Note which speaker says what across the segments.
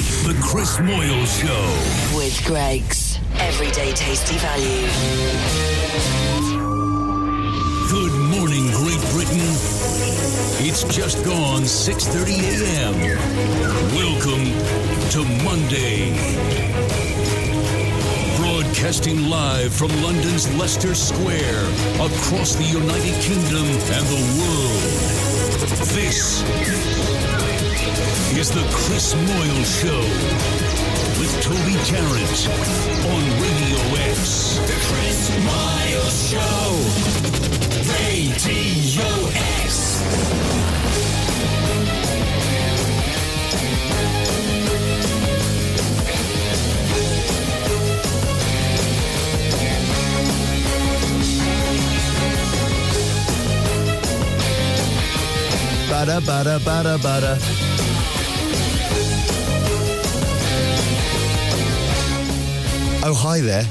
Speaker 1: The Chris Moyle Show.
Speaker 2: with Greg's Everyday Tasty Value.
Speaker 1: Good morning, Great Britain. It's just gone 6:30 a.m. Welcome to Monday. Broadcasting live from London's Leicester Square, across the United Kingdom and the world. This is the Chris Moyle Show with Toby Tarrant on Radio X. The Chris Moyle Show. Radio X.
Speaker 3: Bada bada bada bada. Oh hi there.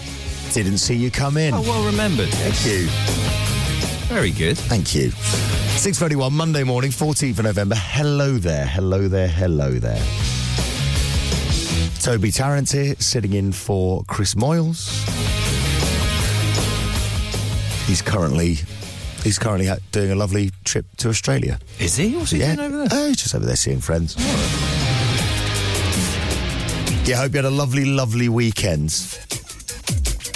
Speaker 3: Didn't see you come in.
Speaker 4: Oh, well remembered.
Speaker 3: Thank you.
Speaker 4: Very good.
Speaker 3: Thank you. 6.31, Monday morning, 14th of November. Hello there, hello there, hello there. Toby Tarrant here, sitting in for Chris Moyles. He's currently he's currently out doing a lovely trip to Australia.
Speaker 4: Is he? What's he doing over there?
Speaker 3: Oh, he's just over there seeing friends. Yeah, I hope you had a lovely, lovely weekend.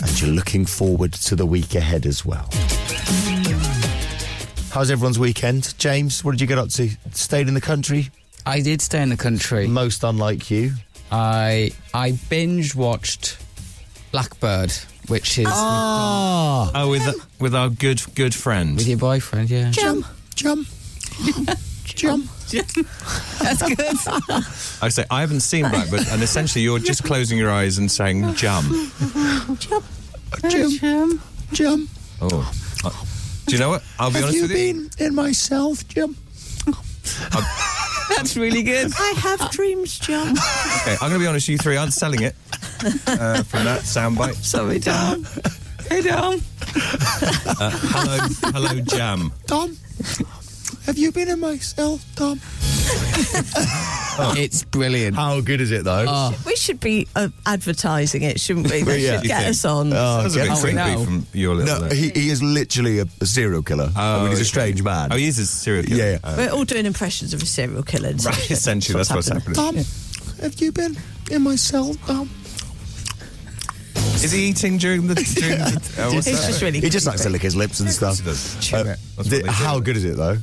Speaker 3: And you're looking forward to the week ahead as well. How's everyone's weekend? James, what did you get up to? Stayed in the country?
Speaker 5: I did stay in the country.
Speaker 3: Most unlike you.
Speaker 5: I I binge watched Blackbird, which is
Speaker 4: Oh, with with our good good friend.
Speaker 5: with your boyfriend. Yeah,
Speaker 3: Jump, jump, jump.
Speaker 5: that's good.
Speaker 4: I say I haven't seen Blackbird, and essentially you're just closing your eyes and saying jump.
Speaker 3: Jim, Jim,
Speaker 4: Oh, Uh, do you know what? I'll be
Speaker 3: have
Speaker 4: honest
Speaker 3: you
Speaker 4: with you.
Speaker 3: been in myself, Jim?
Speaker 5: that's really good.
Speaker 6: I have dreams, John.
Speaker 4: Okay, I'm going to be honest. with You three aren't selling it uh, from that soundbite.
Speaker 5: Sorry, Dom. Hey, Dom.
Speaker 4: Hello, hello, jam.
Speaker 3: Tom, have you been in myself, Tom?
Speaker 5: It's brilliant.
Speaker 3: How good is it, though?
Speaker 6: We should be uh, advertising it, shouldn't we? They
Speaker 3: Yeah.
Speaker 6: should get us on.
Speaker 4: That was a bit
Speaker 5: Oh,
Speaker 4: creepy
Speaker 5: no.
Speaker 4: from your little.
Speaker 3: No,
Speaker 4: there.
Speaker 3: he, he is literally a, a serial killer. I mean, he's a strange man.
Speaker 4: oh, he is a serial killer.
Speaker 3: Yeah.
Speaker 4: Uh,
Speaker 6: We're all doing impressions of a serial killer. and
Speaker 4: right.
Speaker 6: such.
Speaker 4: Essentially, that's what's
Speaker 6: happening.
Speaker 4: happening.
Speaker 3: have you been in my cell? Um,
Speaker 4: Is he eating during the? During the uh, what's
Speaker 6: He's
Speaker 4: that?
Speaker 6: just really.
Speaker 3: he just likes to lick his lips and stuff.
Speaker 4: He does.
Speaker 3: Uh,
Speaker 4: That's what
Speaker 3: the-
Speaker 4: they do.
Speaker 3: how good is it, though?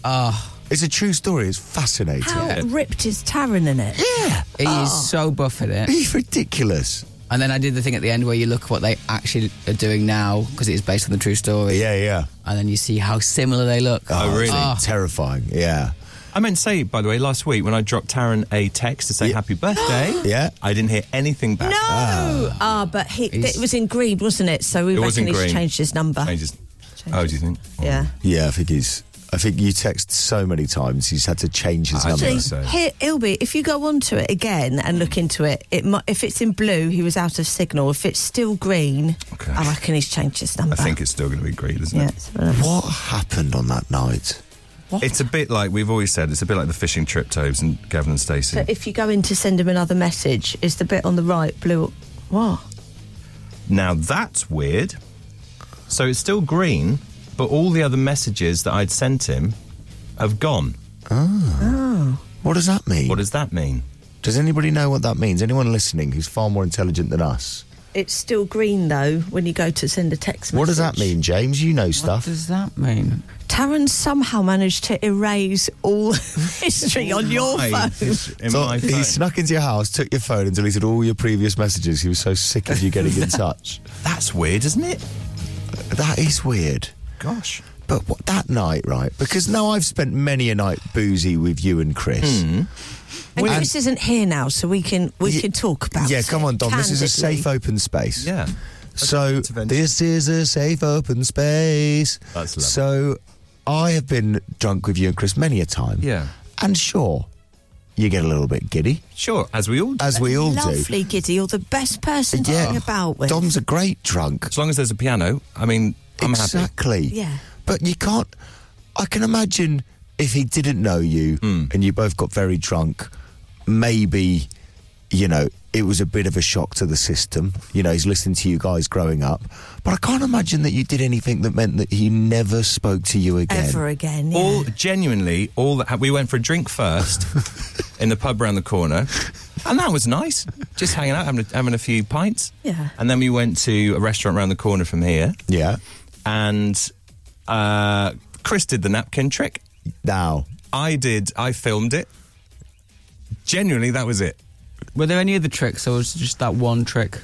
Speaker 3: it's a true story. It's fascinating.
Speaker 6: How ripped is Taryn in it?
Speaker 3: Yeah.
Speaker 5: He is so buff in it.
Speaker 3: He's ridiculous.
Speaker 5: And then I did the thing at the end where you look at what they actually are doing now because it is based on the true story.
Speaker 3: Yeah, yeah. Ah,
Speaker 5: And then you see how similar they look. Ah.
Speaker 4: Oh, really?
Speaker 3: Terrifying. Yeah.
Speaker 4: I meant to say, by the way, last week when I dropped Taryn a text to say happy birthday,
Speaker 3: Yeah.
Speaker 4: I didn't hear anything back.
Speaker 6: No. Ah, but he,
Speaker 5: He's-
Speaker 6: it was in Grebe, wasn't it? So we
Speaker 4: It
Speaker 6: reckon
Speaker 4: was in
Speaker 6: he's
Speaker 4: Grebe.
Speaker 6: changed his number.
Speaker 4: I just, oh, do you think?
Speaker 6: Yeah.
Speaker 3: Yeah, I think he's. I think you text so many times he's had to change his
Speaker 4: I
Speaker 3: number.
Speaker 4: think
Speaker 6: Actually,
Speaker 4: so.
Speaker 6: here it'll be. If you go onto it again and look into it, it might, if it's in blue, he was out of signal. If it's still green,
Speaker 4: Okay.
Speaker 6: I reckon he's changed his number.
Speaker 4: I think it's still going to be great, isn't
Speaker 6: Yeah,
Speaker 4: it?
Speaker 6: it's whatever.
Speaker 3: What happened on that night?
Speaker 4: It's a bit like we've always said. It's a bit like the fishing trip, Tobes and Gavin and Stacey.
Speaker 6: So if you go in to send him another message, is the bit on the right blue? What?
Speaker 4: Now that's weird. So it's still green, but all the other messages that I'd sent him have gone.
Speaker 3: What does that mean?
Speaker 4: What does that mean?
Speaker 3: does anybody know what that means? Anyone listening who's far more intelligent than us?
Speaker 6: It's still green though when you go to send a text message.
Speaker 3: What does that mean, James? You know
Speaker 5: What
Speaker 3: stuff.
Speaker 5: does that mean?
Speaker 6: Taryn somehow managed to erase all history on your
Speaker 4: Why
Speaker 6: phone.
Speaker 4: is in
Speaker 3: So
Speaker 4: my
Speaker 3: he
Speaker 4: phone?
Speaker 3: snuck into your house, took your phone, and deleted all your previous messages. He was so sick of you getting in touch.
Speaker 4: That's weird, isn't it?
Speaker 3: That is weird.
Speaker 4: Gosh.
Speaker 3: But what, that night, right? Because now I've spent many a night boozy with you and Chris.
Speaker 4: Hmm.
Speaker 6: And Chris isn't here now, so we can we
Speaker 3: Ye-
Speaker 6: can talk about.
Speaker 3: Yeah, come on, Dom. This is a
Speaker 6: candidly.
Speaker 3: safe, open space.
Speaker 4: Yeah.
Speaker 3: So
Speaker 4: intervention.
Speaker 3: this is a safe, open space.
Speaker 4: That's lovely.
Speaker 3: So I have been drunk with you and Chris many a time.
Speaker 4: Yeah.
Speaker 3: And sure, you get a little bit giddy,
Speaker 4: Sure, as we all do.
Speaker 3: as we all do.
Speaker 6: Lovely giddy, you're the best person to
Speaker 3: Yeah.
Speaker 6: hang about with.
Speaker 3: Dom's a great drunk.
Speaker 4: As long as there's a piano, I mean, I'm happy.
Speaker 3: exactly.
Speaker 6: Yeah.
Speaker 3: But you can't. I can imagine
Speaker 4: Hmm.
Speaker 3: if he didn't know you and you both got very drunk, maybe you know, it was a bit of a shock to the system. You know, he's listening to you guys growing up, but I can't imagine that you did anything that meant that he never spoke to you again.
Speaker 6: Ever again. Yeah.
Speaker 4: All genuinely, all that we went for a drink first in the pub around the corner, and that was nice. Just hanging out, having a, having a few pints.
Speaker 6: Yeah.
Speaker 4: And then we went to a restaurant around the corner from here,
Speaker 3: Yeah.
Speaker 4: and uh, Chris did the napkin trick.
Speaker 3: Now,
Speaker 4: I did. I filmed it. Genuinely, that was it.
Speaker 5: Were there any other tricks, or was it just that one trick?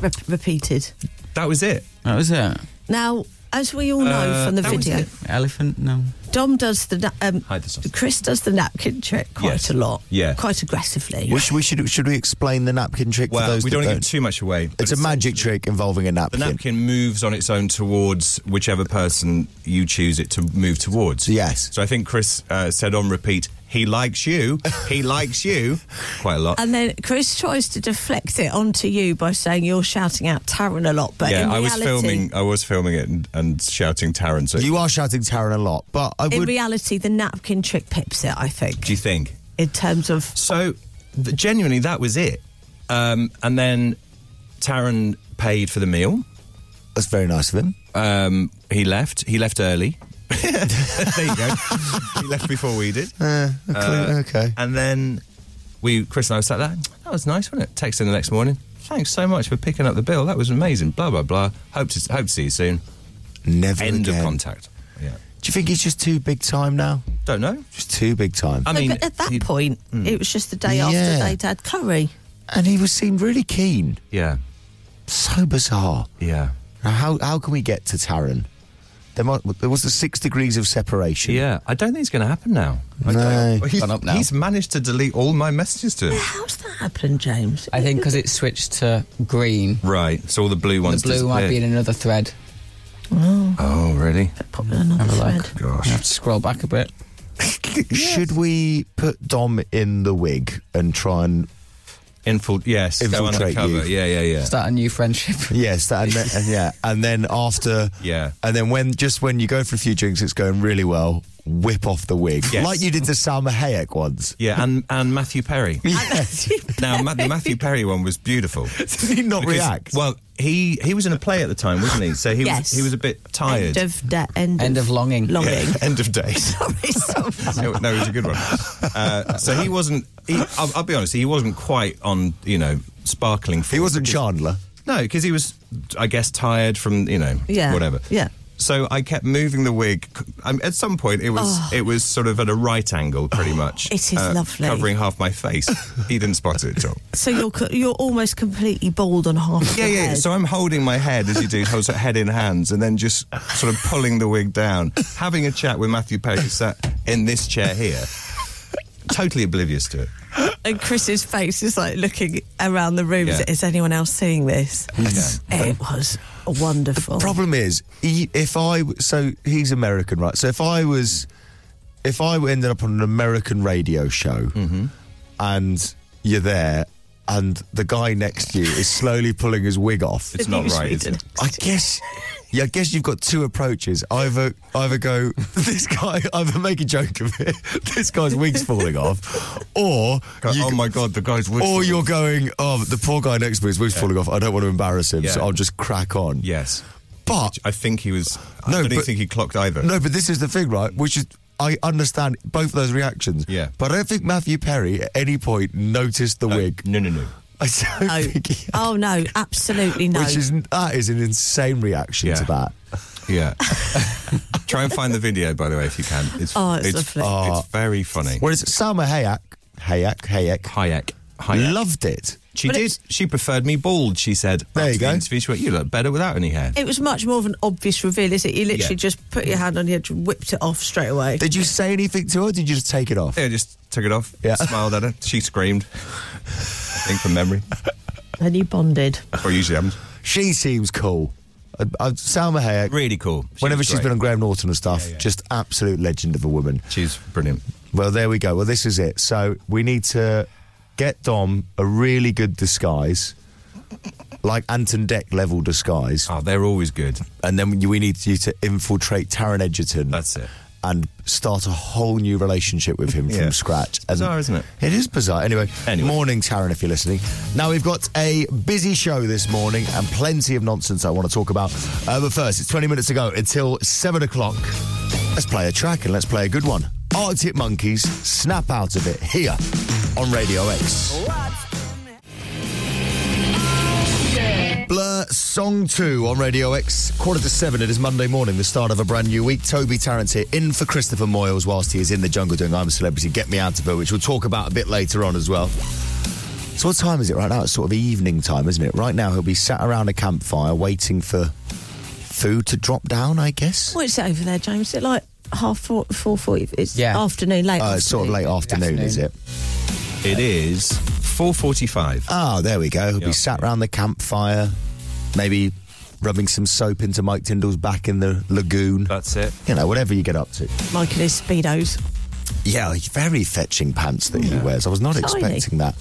Speaker 6: Re- repeated.
Speaker 4: That was it.
Speaker 5: That was it.
Speaker 6: Now, as we all know
Speaker 4: Uh,
Speaker 6: from the
Speaker 4: that was
Speaker 6: video,
Speaker 4: it.
Speaker 5: Elephant? No.
Speaker 6: Dom does the na- um,
Speaker 4: Hide the sausage.
Speaker 6: Chris does the napkin trick quite
Speaker 4: Yes.
Speaker 6: a lot.
Speaker 4: Yeah.
Speaker 6: Quite aggressively.
Speaker 3: we should, we should should we explain the napkin trick for
Speaker 4: Well,
Speaker 3: those
Speaker 4: we
Speaker 3: that
Speaker 4: don't want to
Speaker 3: don't?
Speaker 4: give too much away. but
Speaker 3: it's a magic trick involving a
Speaker 4: The
Speaker 3: napkin.
Speaker 4: napkin moves on its own towards whichever person you choose it to move towards.
Speaker 3: Yes.
Speaker 4: So I think Chris uh, said on repeat, "He likes you. He likes you." Quite a lot.
Speaker 6: And then Chris tries to deflect it onto you by saying you're shouting out Taryn a lot, but
Speaker 4: yeah,
Speaker 6: in
Speaker 4: I
Speaker 6: reality,
Speaker 4: was filming. I was filming it and, and shouting Taryn. So
Speaker 3: You are shouting Taryn a lot, but I
Speaker 6: In
Speaker 3: would.
Speaker 6: reality, the napkin trick pips it. I think
Speaker 4: uh, do you think?
Speaker 6: in terms of
Speaker 4: So th- genuinely, that was it. Um, and then Taryn paid for the meal.
Speaker 3: that's very nice of him.
Speaker 4: Um, he left. He left early. there you go. he left before we did.
Speaker 3: Cle- okay.
Speaker 4: And then we, Chris and I, was sat there. That was nice, wasn't it? Texting the next morning. Thanks so much for picking up the bill. That was amazing. Blah blah blah. Hope to hope to see you soon.
Speaker 3: Never
Speaker 4: End
Speaker 3: again.
Speaker 4: of contact. Yeah.
Speaker 3: Do you think he's just too big time now?
Speaker 4: Don't know.
Speaker 3: Just too big time.
Speaker 4: I
Speaker 6: No,
Speaker 4: mean, Hmm.
Speaker 6: but at that
Speaker 4: he-
Speaker 6: point, it was just the day
Speaker 3: Yeah.
Speaker 6: after they'd had curry.
Speaker 3: and he was seemed really keen.
Speaker 4: Yeah.
Speaker 3: So bizarre.
Speaker 4: Yeah.
Speaker 3: Now, How how can we get to Taryn? There, might, there was the six degrees of separation.
Speaker 4: Yeah. I don't think it's going to happen now. I
Speaker 3: No.
Speaker 4: don't- He's,
Speaker 5: Gone up now.
Speaker 4: he's managed to delete all my messages to him.
Speaker 6: How's that happened, James?
Speaker 5: I think because it switched to green,
Speaker 4: Right. So all the blue ones.
Speaker 5: the blue might be in
Speaker 4: disappeared.
Speaker 5: another thread.
Speaker 4: Oh, really?
Speaker 6: Put another
Speaker 5: Have a
Speaker 6: thread.
Speaker 5: look. I
Speaker 4: Gosh.
Speaker 5: have to scroll back a bit.
Speaker 3: Should we put Dom in the wig and try and
Speaker 4: Infil- yes. go
Speaker 3: Infiltrate
Speaker 4: undercover.
Speaker 3: you.
Speaker 4: Yeah. Yeah. Yeah.
Speaker 5: Start a new friendship.
Speaker 3: yes, that, and then, and yeah, and then after
Speaker 4: Yeah.
Speaker 3: and then when just when you go for a few drinks, it's going really well. Whip off the wig
Speaker 4: Yes.
Speaker 3: like you did to Salma Hayek once.
Speaker 4: Yeah. And and Matthew Perry.
Speaker 3: Yes.
Speaker 4: Now, Ma- the Matthew Perry one was beautiful.
Speaker 3: Did he not
Speaker 4: Because-
Speaker 3: react?
Speaker 4: Well, he he was in a play at the time, wasn't he? So he was
Speaker 6: Yes.
Speaker 4: he was a bit tired.
Speaker 6: End of da- end,
Speaker 5: End of longing.
Speaker 6: Longing.
Speaker 4: Yeah, end of days.
Speaker 6: Sorry, sorry.
Speaker 4: no, no, it was a good one. Uh, so he wasn't. He, I'll, I'll be honest. He wasn't quite on. You know, sparkling.
Speaker 3: he
Speaker 4: form.
Speaker 3: wasn't Chandler.
Speaker 4: No, because he was, I guess, tired from you know
Speaker 6: Yeah,
Speaker 4: whatever.
Speaker 6: yeah.
Speaker 4: So I kept moving the wig. Um, at some point, it was it was sort of at a right angle, pretty much.
Speaker 6: Oh.
Speaker 4: Uh,
Speaker 6: it is lovely.
Speaker 4: covering half my face. he didn't spot it at all.
Speaker 6: So you're co- you're almost completely bald on half. of
Speaker 4: Yeah,
Speaker 6: your
Speaker 4: yeah.
Speaker 6: head.
Speaker 4: So I'm holding my head as you do, holds it head in hands, and then just sort of pulling the wig down, having a chat with Matthew Perry, who sat in this chair here, totally oblivious to it.
Speaker 6: and Chris's face is like looking around the room.
Speaker 4: Yeah.
Speaker 6: Is anyone else seeing this? It was wonderful.
Speaker 3: Problem is, he, if I w- so he's American, right? So if I was, if I ended up on an American radio show, and you're there, and the guy next to you is slowly pulling his wig off,
Speaker 4: It's not right, is it?
Speaker 3: I guess. Yeah, I guess you've got two approaches. Either, either go, this guy, either make a joke of it, this guy's wig's falling off, or
Speaker 4: Go,
Speaker 3: you-
Speaker 4: oh my god, the guy's wig.
Speaker 3: or you're going, oh, the poor guy next to me, his wig's falling off. I don't want to embarrass him, so
Speaker 4: Yeah.
Speaker 3: I'll just crack on.
Speaker 4: Yes,
Speaker 3: But
Speaker 4: I think he was.
Speaker 3: No,
Speaker 4: I don't
Speaker 3: but-
Speaker 4: think he clocked either.
Speaker 3: No, but this is the thing, right? Which is, I understand both those reactions.
Speaker 4: Yeah.
Speaker 3: But I don't think Matthew Perry at any point noticed the wig.
Speaker 4: no, no, no.
Speaker 3: I don't
Speaker 6: No.
Speaker 3: think he.
Speaker 6: Oh no, absolutely no.
Speaker 3: Which is that is an insane reaction to
Speaker 4: Yeah.
Speaker 3: that.
Speaker 4: Yeah. Try and find the video, by the way, if you can. It's
Speaker 6: Oh, it's
Speaker 4: it's,
Speaker 6: lovely.
Speaker 3: Oh.
Speaker 4: it's very funny.
Speaker 3: Whereas Salma Hayek, Hayek, Hayek,
Speaker 4: Hayek. Hayek.
Speaker 3: loved it.
Speaker 4: She
Speaker 6: But
Speaker 4: did.
Speaker 6: it's-
Speaker 4: She preferred me bald. She said.
Speaker 3: There you
Speaker 4: after the
Speaker 3: go.
Speaker 4: interview, she went, "You look better without any hair."
Speaker 6: it was much more of an obvious reveal, is it? You literally
Speaker 4: Yeah.
Speaker 6: just put your hand on your head and whipped it off straight away.
Speaker 3: Did you say anything to her? Or did you just take it off?
Speaker 4: Yeah, just took it off.
Speaker 3: Yeah.
Speaker 4: Smiled at her. She screamed. I think from memory.
Speaker 6: And you bonded.
Speaker 4: Or usually happens.
Speaker 3: She seems cool. Uh, uh, Salma Hayek.
Speaker 4: Really cool. She
Speaker 3: Whenever
Speaker 4: was
Speaker 3: she's
Speaker 4: great.
Speaker 3: been on Graham Norton and stuff, just absolute legend of a woman.
Speaker 4: She's brilliant.
Speaker 3: Well, there we go. Well, this is it. So we need to get Dom a really good disguise, like Anton Deck level disguise,
Speaker 4: Oh, they're always good.
Speaker 3: and then you- we need you to infiltrate Taron Egerton.
Speaker 4: That's it.
Speaker 3: and start a whole new relationship with him
Speaker 4: Yeah.
Speaker 3: from scratch.
Speaker 4: It's bizarre, isn't it?
Speaker 3: It is bizarre. Anyway,
Speaker 4: Anyway.
Speaker 3: morning, Taryn, if you're listening. Now, we've got a busy show this morning and plenty of nonsense I want to talk about. Uh, but first, it's 20 minutes to go until 7 o'clock. Let's play a track and let's play a good one. Arctic Monkeys, Snap Out of It, here on Radio X. Blur Song 2 on Radio X. Quarter to seven. It is Monday morning, the start of a brand new week. Toby Tarrant here, in for Christopher Moyles whilst he is in the jungle doing I'm a Celebrity, Get Me Out of Her, which we'll talk about a bit later on as well. So, what time is it right now? It's sort of evening time, isn't it? Right now, he'll be sat around a campfire waiting for food to drop down, I guess.
Speaker 6: What's it over there, James? Is it like half four, four forty? It's
Speaker 5: Yeah.
Speaker 6: afternoon, late.
Speaker 3: Uh, it's sort of
Speaker 6: afternoon.
Speaker 3: late afternoon, is it?
Speaker 5: Afternoon.
Speaker 4: It is 4.45.
Speaker 3: Oh, there we go. He'll
Speaker 4: Yeah.
Speaker 3: be sat round the campfire, maybe rubbing some soap into Mike Tyndall's back in the lagoon.
Speaker 4: That's it.
Speaker 3: You know, whatever you get up to.
Speaker 6: Mike and his speedos.
Speaker 3: Yeah, very fetching pants that he wears. I was not
Speaker 6: Tiny.
Speaker 3: expecting that.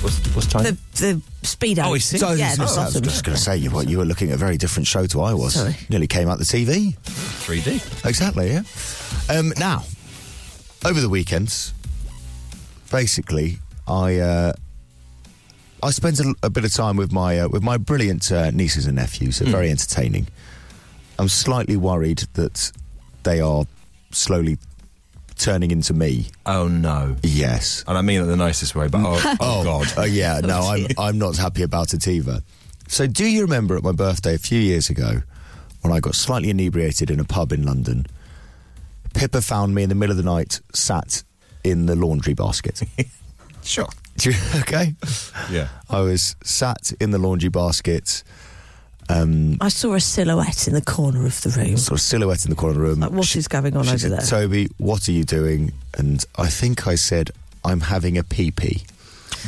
Speaker 4: What's, what's time?
Speaker 6: The the speedos.
Speaker 4: Oh, I see.
Speaker 3: So,
Speaker 6: yeah, the
Speaker 3: I was
Speaker 6: bottom.
Speaker 3: just going to say, you, what, you were looking at a very different show to I was.
Speaker 6: Sorry.
Speaker 3: Nearly came out the TV.
Speaker 4: 3D.
Speaker 3: Exactly, yeah. Um, now, over the weekends, basically, I uh, I spent a, a bit of time with my uh, with my brilliant uh, nieces and nephews.
Speaker 6: Hmm.
Speaker 3: They're very entertaining. I'm slightly worried that they are slowly turning into me.
Speaker 4: Oh, no.
Speaker 3: Yes.
Speaker 4: And I mean it the nicest way, but oh, oh God.
Speaker 3: Oh yeah, no, I'm I'm not happy about it either. So do you remember at my birthday a few years ago when I got slightly inebriated in a pub in London? Pippa found me in the middle of the night, sat in the laundry basket.
Speaker 4: Sure.
Speaker 3: Do you- okay,
Speaker 4: Yeah.
Speaker 3: I was sat in the laundry basket,
Speaker 6: I saw a silhouette in the corner of the room.
Speaker 3: sort of silhouette in the corner of the room.
Speaker 6: Like, what
Speaker 3: She-
Speaker 6: is going on
Speaker 3: she
Speaker 6: over
Speaker 3: said,
Speaker 6: there?
Speaker 3: Toby, what are you doing? And I think I said, I'm having a pee pee.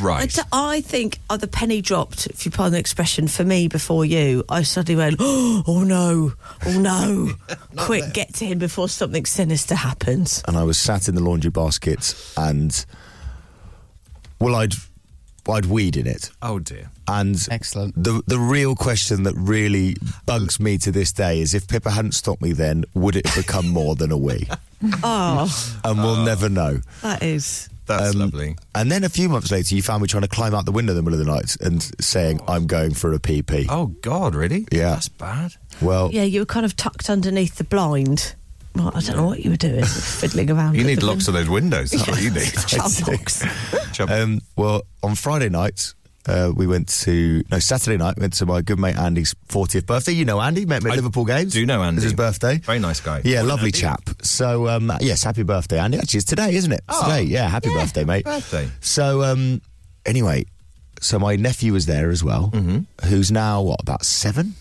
Speaker 6: I,
Speaker 4: Right.
Speaker 6: d- I think oh, the penny dropped, if you pardon the expression, for me before you. I suddenly went, oh no, oh no. Quick, get to him before something sinister happens.
Speaker 3: and I was sat in the laundry basket and well I'd I'd weed in it
Speaker 4: Oh, dear.
Speaker 3: and
Speaker 5: Excellent.
Speaker 3: the the real question that really bugs me to this day is if Pippa hadn't stopped me then would it have become more than a wee
Speaker 6: Oh,
Speaker 3: and we'll never know
Speaker 6: that is.
Speaker 4: That's lovely.
Speaker 3: and then a few months later you found me trying to climb out the window in the middle of the night and saying I'm going for a pee pee
Speaker 4: Oh, God, really?
Speaker 3: Yeah.
Speaker 4: That's bad.
Speaker 3: well
Speaker 6: Yeah, you were kind of tucked underneath the blind. Well, I don't know what you were doing, fiddling around.
Speaker 4: You
Speaker 6: at
Speaker 4: need
Speaker 6: the
Speaker 4: lots of those windows. That's what you need.
Speaker 6: Child box.
Speaker 4: Chub-
Speaker 3: Um, well, on Friday night, uh, we went to no Saturday night. Went to my good mate Andy's 40th birthday. You know Andy, met me at
Speaker 4: I
Speaker 3: Liverpool games.
Speaker 4: do know Andy.
Speaker 3: It's his birthday.
Speaker 4: Very nice guy.
Speaker 3: Yeah,
Speaker 4: Morning,
Speaker 3: lovely
Speaker 4: Andy.
Speaker 3: chap. So um, yes, happy birthday, Andy. Actually, it's today, isn't it?
Speaker 4: Oh.
Speaker 3: today, yeah. Happy
Speaker 4: Yeah,
Speaker 3: birthday, mate.
Speaker 4: birthday.
Speaker 3: So um, anyway, so my nephew was there as well,
Speaker 4: Mm-hmm.
Speaker 3: who's now what about seven?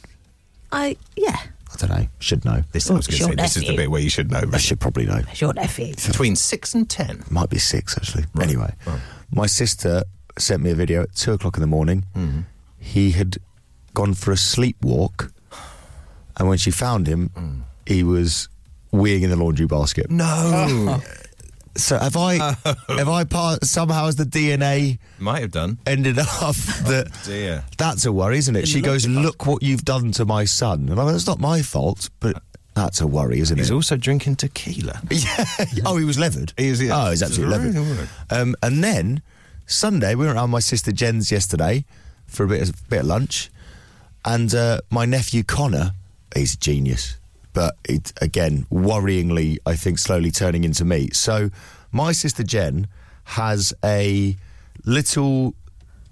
Speaker 6: I, yeah,
Speaker 3: I don't know. Should know.
Speaker 4: This, I was going to
Speaker 6: Sure,
Speaker 4: say, this is the
Speaker 6: nephew.
Speaker 4: bit where you should know.
Speaker 3: I
Speaker 4: really.
Speaker 3: should probably know.
Speaker 6: it's your nephew.
Speaker 4: Between six and ten.
Speaker 3: might be six actually. Anyway, my sister sent me a video at two o'clock in the morning. He had gone for a sleepwalk, and when she found him, he was weeing in the laundry basket.
Speaker 4: Mm. No.
Speaker 3: So have I? have I part somehow as the DNA
Speaker 4: Might have done.
Speaker 3: ended up that?
Speaker 4: Dear.
Speaker 3: That's a worry, isn't it? She goes, "Look what you've done to my son," and I mean, "It's not my fault," but that's a worry, isn't it?
Speaker 4: He's also drinking tequila.
Speaker 3: Yeah. Oh, he was leathered.
Speaker 4: He was, yeah.
Speaker 3: Oh, he's absolutely
Speaker 4: Right,
Speaker 3: leathered.
Speaker 4: right.
Speaker 3: Um, and then Sunday, we were around my sister Jen's yesterday for a bit of, bit of lunch, and uh, my nephew Connor, he's a genius, but it, again, worryingly, I think slowly turning into me. So, my sister Jen has a little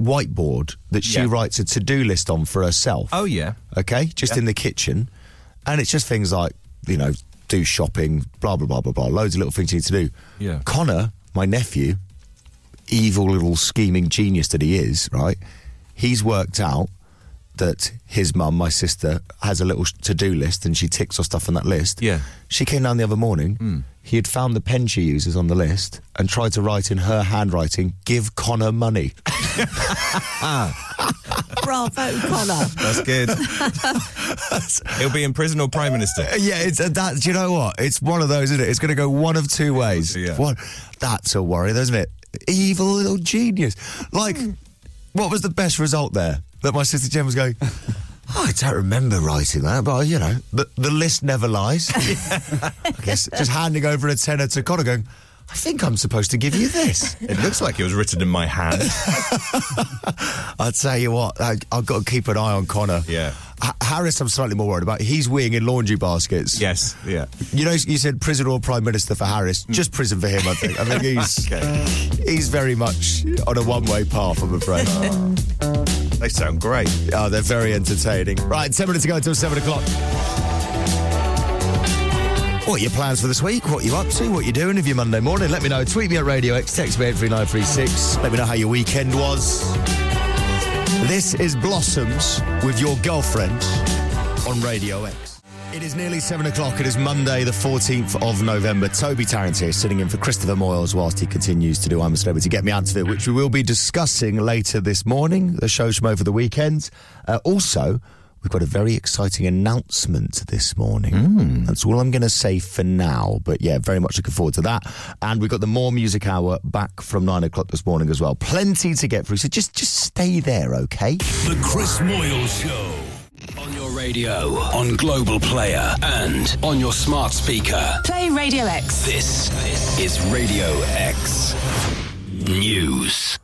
Speaker 3: whiteboard that she
Speaker 4: Yeah.
Speaker 3: writes a to do list on for herself
Speaker 4: Oh, yeah.
Speaker 3: okay, just in the kitchen. And it's just things like, you know, do shopping, blah, blah, blah, blah, blah. Loads of little things you need to do.
Speaker 4: Yeah.
Speaker 3: Connor, my nephew, evil little scheming genius that he is, right? He's worked out that his mum, my sister, has a little to do list and she ticks off stuff on that list.
Speaker 4: Yeah. Hmm.
Speaker 3: She came down the other morning. He had found the pen she uses on the list and tried to write in her handwriting, give Connor money.
Speaker 6: Bravo, Connor.
Speaker 4: That's good. He'll be in prison or prime minister.
Speaker 3: Yeah, it's uh, that. Do you know what? It's one of those, isn't it? It's going to go one of two ways.
Speaker 4: Yeah.
Speaker 3: One, that's a worry, isn't it? Evil little
Speaker 4: Hmm.
Speaker 3: genius. Like, what was the best result there? That my sister Jen was going. "Oh, I don't remember writing that, but you know, the, the list never lies. I guess just handing over a tenner to Connor going, I think I'm supposed to give you this.
Speaker 4: It looks like it was written in my hand.
Speaker 3: I tell you what, I, I've got to keep an eye on Connor.
Speaker 4: Yeah.
Speaker 3: Ha- Harris, I'm slightly more worried about. He's weighing in laundry baskets.
Speaker 4: yes, yeah.
Speaker 3: You know, you said prison or prime minister for Harris. Just prison for him, I think. I think he's he's very much on a one-way path. I'm afraid.
Speaker 4: They sound great.
Speaker 3: oh, they're very entertaining. Right, ten minutes to go until seven o'clock. What are your plans for this week? What are you up to? What you doing of your Monday morning? Let me know. Tweet me at Radio X. Text me at three nine three six. Let me know how your weekend was. This is Blossoms with your girlfriend on Radio X. It is nearly seven o'clock. It is Monday, the 14th of November. Toby Tarrant here, sitting in for Christopher Moyles whilst he continues to do I'm a Celebrity, Get Me Out of It, which we will be discussing later this morning. The show's from over the weekend. Uh, also, we've got a very exciting announcement this morning. That's all I'm going to say for now. But yeah, very much looking forward to that. And we've got the More Music Hour back from nine o'clock this morning as well. Plenty to get through. So just, just stay there, okay?
Speaker 1: The Chris Moyles Show. On your radio, on Global Player, and on your smart speaker.
Speaker 7: Play Radio X.
Speaker 1: This is Radio X News.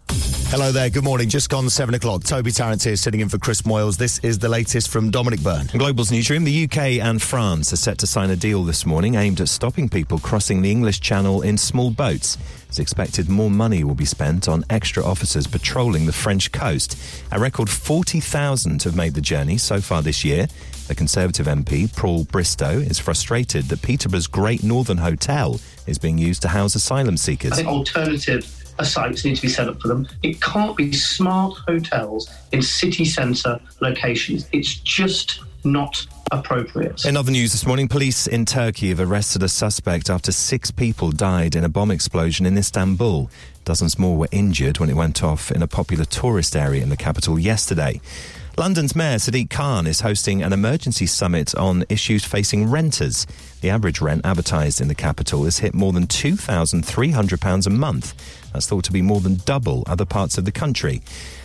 Speaker 3: Hello there. Good morning. Just gone seven o'clock. Toby Tarrant here, sitting in for Chris Moyles. This is the latest from Dominic Byrne.
Speaker 4: Global's newsroom, the UK and France are set to sign a deal this morning aimed at stopping people crossing the English Channel in small boats. It's expected more money will be spent on extra officers patrolling the French coast. A record 40,000 have made the journey so far this year. The Conservative MP, Paul Bristow, is frustrated that Peterborough's Great Northern Hotel is being used to house asylum seekers.
Speaker 8: I think alternative sites need to be set up for them. It can't be smart hotels in city centre locations. It's just not appropriate.
Speaker 4: In other news this morning, police in Turkey have arrested a suspect after six people died in a bomb explosion in Istanbul. Dozens more were injured when it went off in a popular tourist area in the capital yesterday. London's Mayor Sadiq Khan is hosting an emergency summit on issues facing renters. The average rent advertised in the capital has hit more than £2,300 a month. That's thought to be more than double other parts of the country.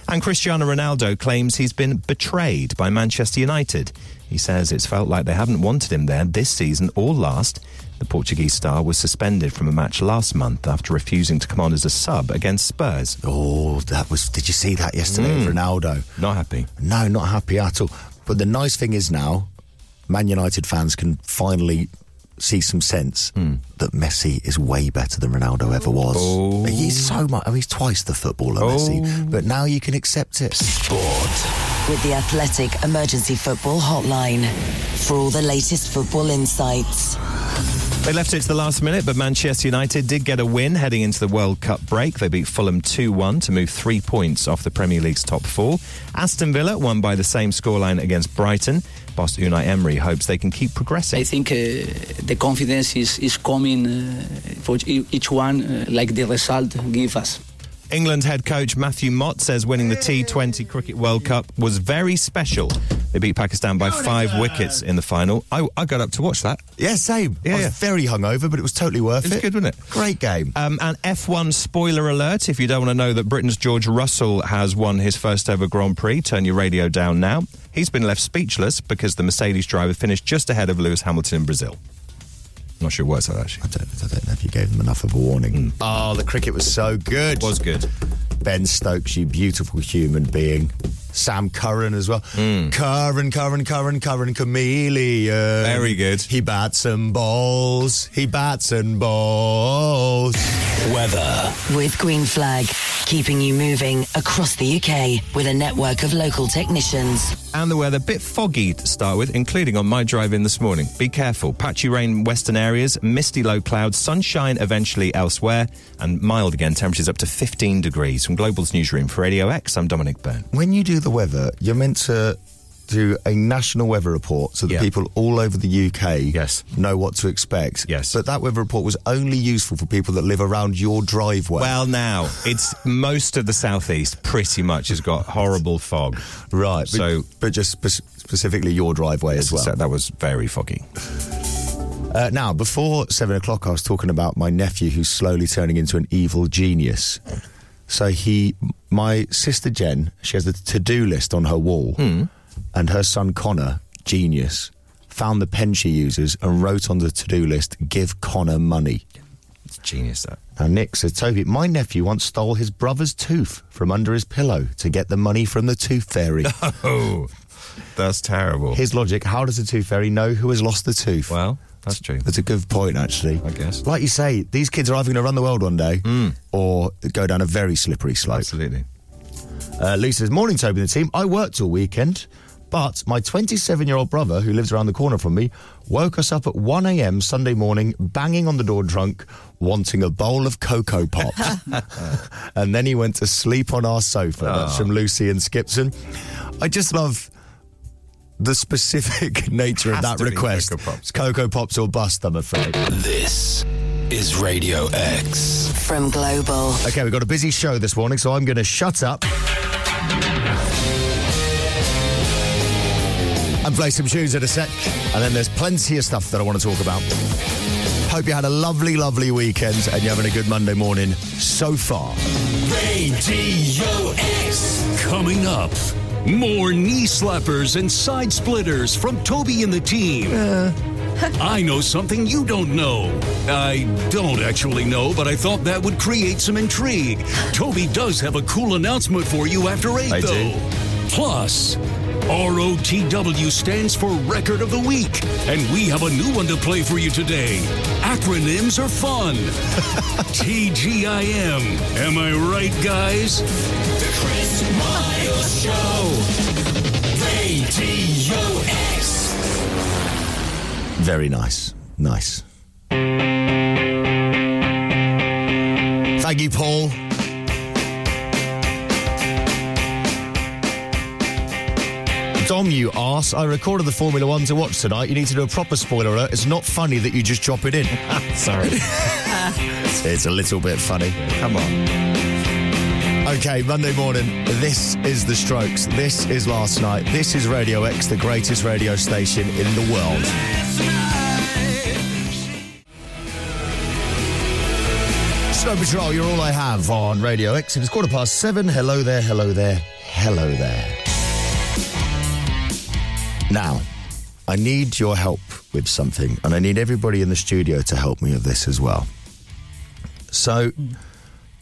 Speaker 4: And Cristiano Ronaldo claims he's been betrayed by Manchester United. He says it's felt like they haven't wanted him there this season or last. The Portuguese star was suspended from a match last month after refusing to come on as a sub against Spurs.
Speaker 3: Oh, that was. Did you see that yesterday, with Ronaldo?
Speaker 4: Not happy.
Speaker 3: No, not happy at all. But the nice thing is now, Man United fans can finally see some sense that Messi is way better than Ronaldo ever was. He's so much. I mean, he's twice the footballer Messi. But now you can accept it.
Speaker 2: with the Athletic Emergency Football Hotline. For all the latest football insights,
Speaker 4: They left it to the last minute, but Manchester United did get a win heading into the World Cup break. They beat Fulham 2 1 to move three points off the Premier League's top four. Aston Villa won by the same scoreline against Brighton. Boss Unai Emery hopes they can keep progressing.
Speaker 9: I think uh, the confidence is, is coming uh, for e- each one, uh, like the result give us.
Speaker 4: England head coach Matthew Mott says winning the T20 Cricket World Cup was very special. They beat Pakistan by five wickets in the final. I, I got up to watch that.
Speaker 3: Yeah, same. I
Speaker 4: Yeah,
Speaker 3: was
Speaker 4: yeah.
Speaker 3: very hungover, but it was totally worth
Speaker 4: It's
Speaker 3: it.
Speaker 4: good, wasn't it?
Speaker 3: Great game.
Speaker 4: Um, and F1 spoiler alert if you don't want to know that Britain's George Russell has won his first ever Grand Prix, turn your radio down now. He's been left speechless because the Mercedes driver finished just ahead of Lewis Hamilton in Brazil. Not sure what's that actually.
Speaker 3: I don't, I don't know if you gave them enough of a warning. Oh, the cricket was so good.
Speaker 4: Was good.
Speaker 3: Ben Stokes, you beautiful human being. Sam Curran as well. Curran, Curran, Curran, Curran, chameleon.
Speaker 4: Very good.
Speaker 3: He bats and balls. He bats and balls.
Speaker 1: Weather.
Speaker 2: with Green Flag, keeping you moving across the UK with a network of local technicians.
Speaker 4: And the weather, bit foggy to start with, including on my drive in this morning. Be careful. Patchy rain in western areas, misty low clouds, sunshine eventually elsewhere, and mild again. Temperatures up to 15 degrees. From Global's newsroom for Radio X, I'm Dominic Byrne.
Speaker 3: When you do the weather, you're meant to do a national weather report so that
Speaker 4: Yeah.
Speaker 3: people all over the UK
Speaker 4: Yes.
Speaker 3: know what to expect.
Speaker 4: Yes.
Speaker 3: But that weather report was only useful for people that live around your driveway.
Speaker 4: Well, now it's most of the southeast pretty much has got horrible fog.
Speaker 3: right. But,
Speaker 4: So-
Speaker 3: but just spe- specifically your driveway as well.
Speaker 4: So that was very foggy.
Speaker 3: Uh, now, before seven o'clock, I was talking about my nephew who's slowly turning into an evil genius. So he, my sister Jen, she has a to-do list on her wall. and her son Connor, genius, found the pen she uses and wrote on the to do list, give Connor money.
Speaker 4: It's genius, that.
Speaker 3: And Nick says, Toby, my nephew once stole his brother's tooth from under his pillow to get the money from the tooth fairy.
Speaker 4: Oh, that's terrible.
Speaker 3: His logic how does the tooth fairy know who has lost the tooth?
Speaker 4: well, that's true.
Speaker 3: That's a good point, actually.
Speaker 4: I guess. Hmm.
Speaker 3: Like you say, these kids are either going to run the world one day or go down a very slippery slope.
Speaker 4: Absolutely.
Speaker 3: Uh, Lisa says, Morning, Toby and the team. I worked all weekend, but my 27 year old brother, who lives around the corner from me, woke us up at 1 a.m. Sunday morning, banging on the door drunk, wanting a bowl of Cocoa Pops. and then he went to sleep on our sofa. That's
Speaker 4: Ah.
Speaker 3: from Lucy and Skipson. I just love. The specific nature of
Speaker 4: Has
Speaker 3: that
Speaker 4: to be
Speaker 3: request.
Speaker 4: Cocoa Pops.
Speaker 3: It's Cocoa Pops or bust, I'm afraid.
Speaker 1: This is Radio X.
Speaker 2: From Global.
Speaker 3: Okay, we've got a busy show this morning, so I'm going to shut up and play some tunes in a sec. And then there's plenty of stuff that I want to talk about. Hope you had a lovely, lovely weekend and you're having a good Monday morning so far.
Speaker 1: Radio X. Coming up, more knee slappers and side splitters from Toby and the team. I know something you don't know. I don't actually know, but I thought that would create some intrigue. Toby does have a cool announcement for you after 8,
Speaker 3: I do.
Speaker 1: though. Plus, ROTW stands for Record of the Week, and we have a new one to play for you today. Acronyms are fun. TGIM. Am I right, guys? The Chris Miles Show. Radio X.
Speaker 3: Very nice. Nice. Thank you, Paul. Dom, you arse. I recorded the Formula One to watch tonight. You need to do a proper spoiler alert. It's not funny that you just drop it in.
Speaker 4: Sorry.
Speaker 3: it's a little bit funny.
Speaker 4: Come on.
Speaker 3: Okay, Monday morning. This is The Strokes. This is Last Night. This is Radio X, the greatest radio station in the world. Snow Patrol, you're all I have on Radio X. It is quarter past seven. Hello there, hello there, hello there. Now, I need your help with something, and I need everybody in the studio to help me with this as well. So,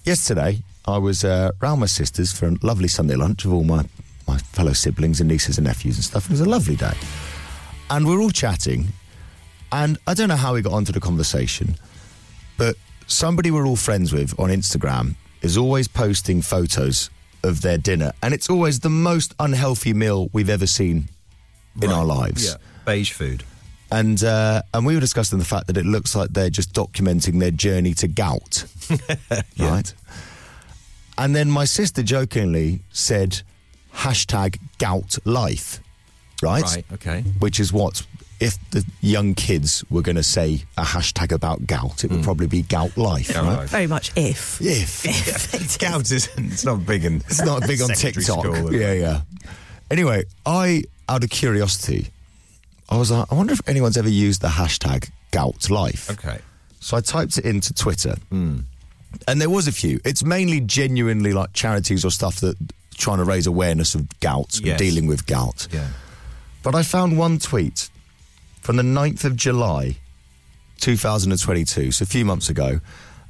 Speaker 3: yesterday I was uh, round my sisters for a lovely Sunday lunch with all my, my fellow siblings and nieces and nephews and stuff. It was a lovely day. And we we're all chatting. And I don't know how we got onto the conversation, but somebody we're all friends with on Instagram is always posting photos of their dinner. And it's always the most unhealthy meal we've ever seen in our lives
Speaker 4: Yeah. Beige food.
Speaker 3: and uh, and we were discussing the fact that it looks like they're just documenting their journey to gout, right? And then my sister jokingly said, "hashtag gout life," right?
Speaker 4: Right, okay.
Speaker 3: Which is what if the young kids were going to say a hashtag about gout, it would probably be gout life,
Speaker 4: Gout
Speaker 3: right?
Speaker 4: life.
Speaker 6: Very much if.
Speaker 3: If
Speaker 4: Gout isn't. It's not big and.
Speaker 3: it's not big on
Speaker 4: Secondary
Speaker 3: TikTok.
Speaker 4: school.
Speaker 3: yeah, yeah. Anyway, I, out of curiosity, I was like, I wonder if anyone's ever used the hashtag gout life.
Speaker 4: Okay. Hmm.
Speaker 3: So I typed it into Twitter, and there was a few. It's mainly genuinely like charities or stuff that trying to raise awareness of gout,
Speaker 4: Yes.
Speaker 3: dealing with gout.
Speaker 4: Yeah.
Speaker 3: But I found one tweet from the 9th of July, 2022, so a few months ago.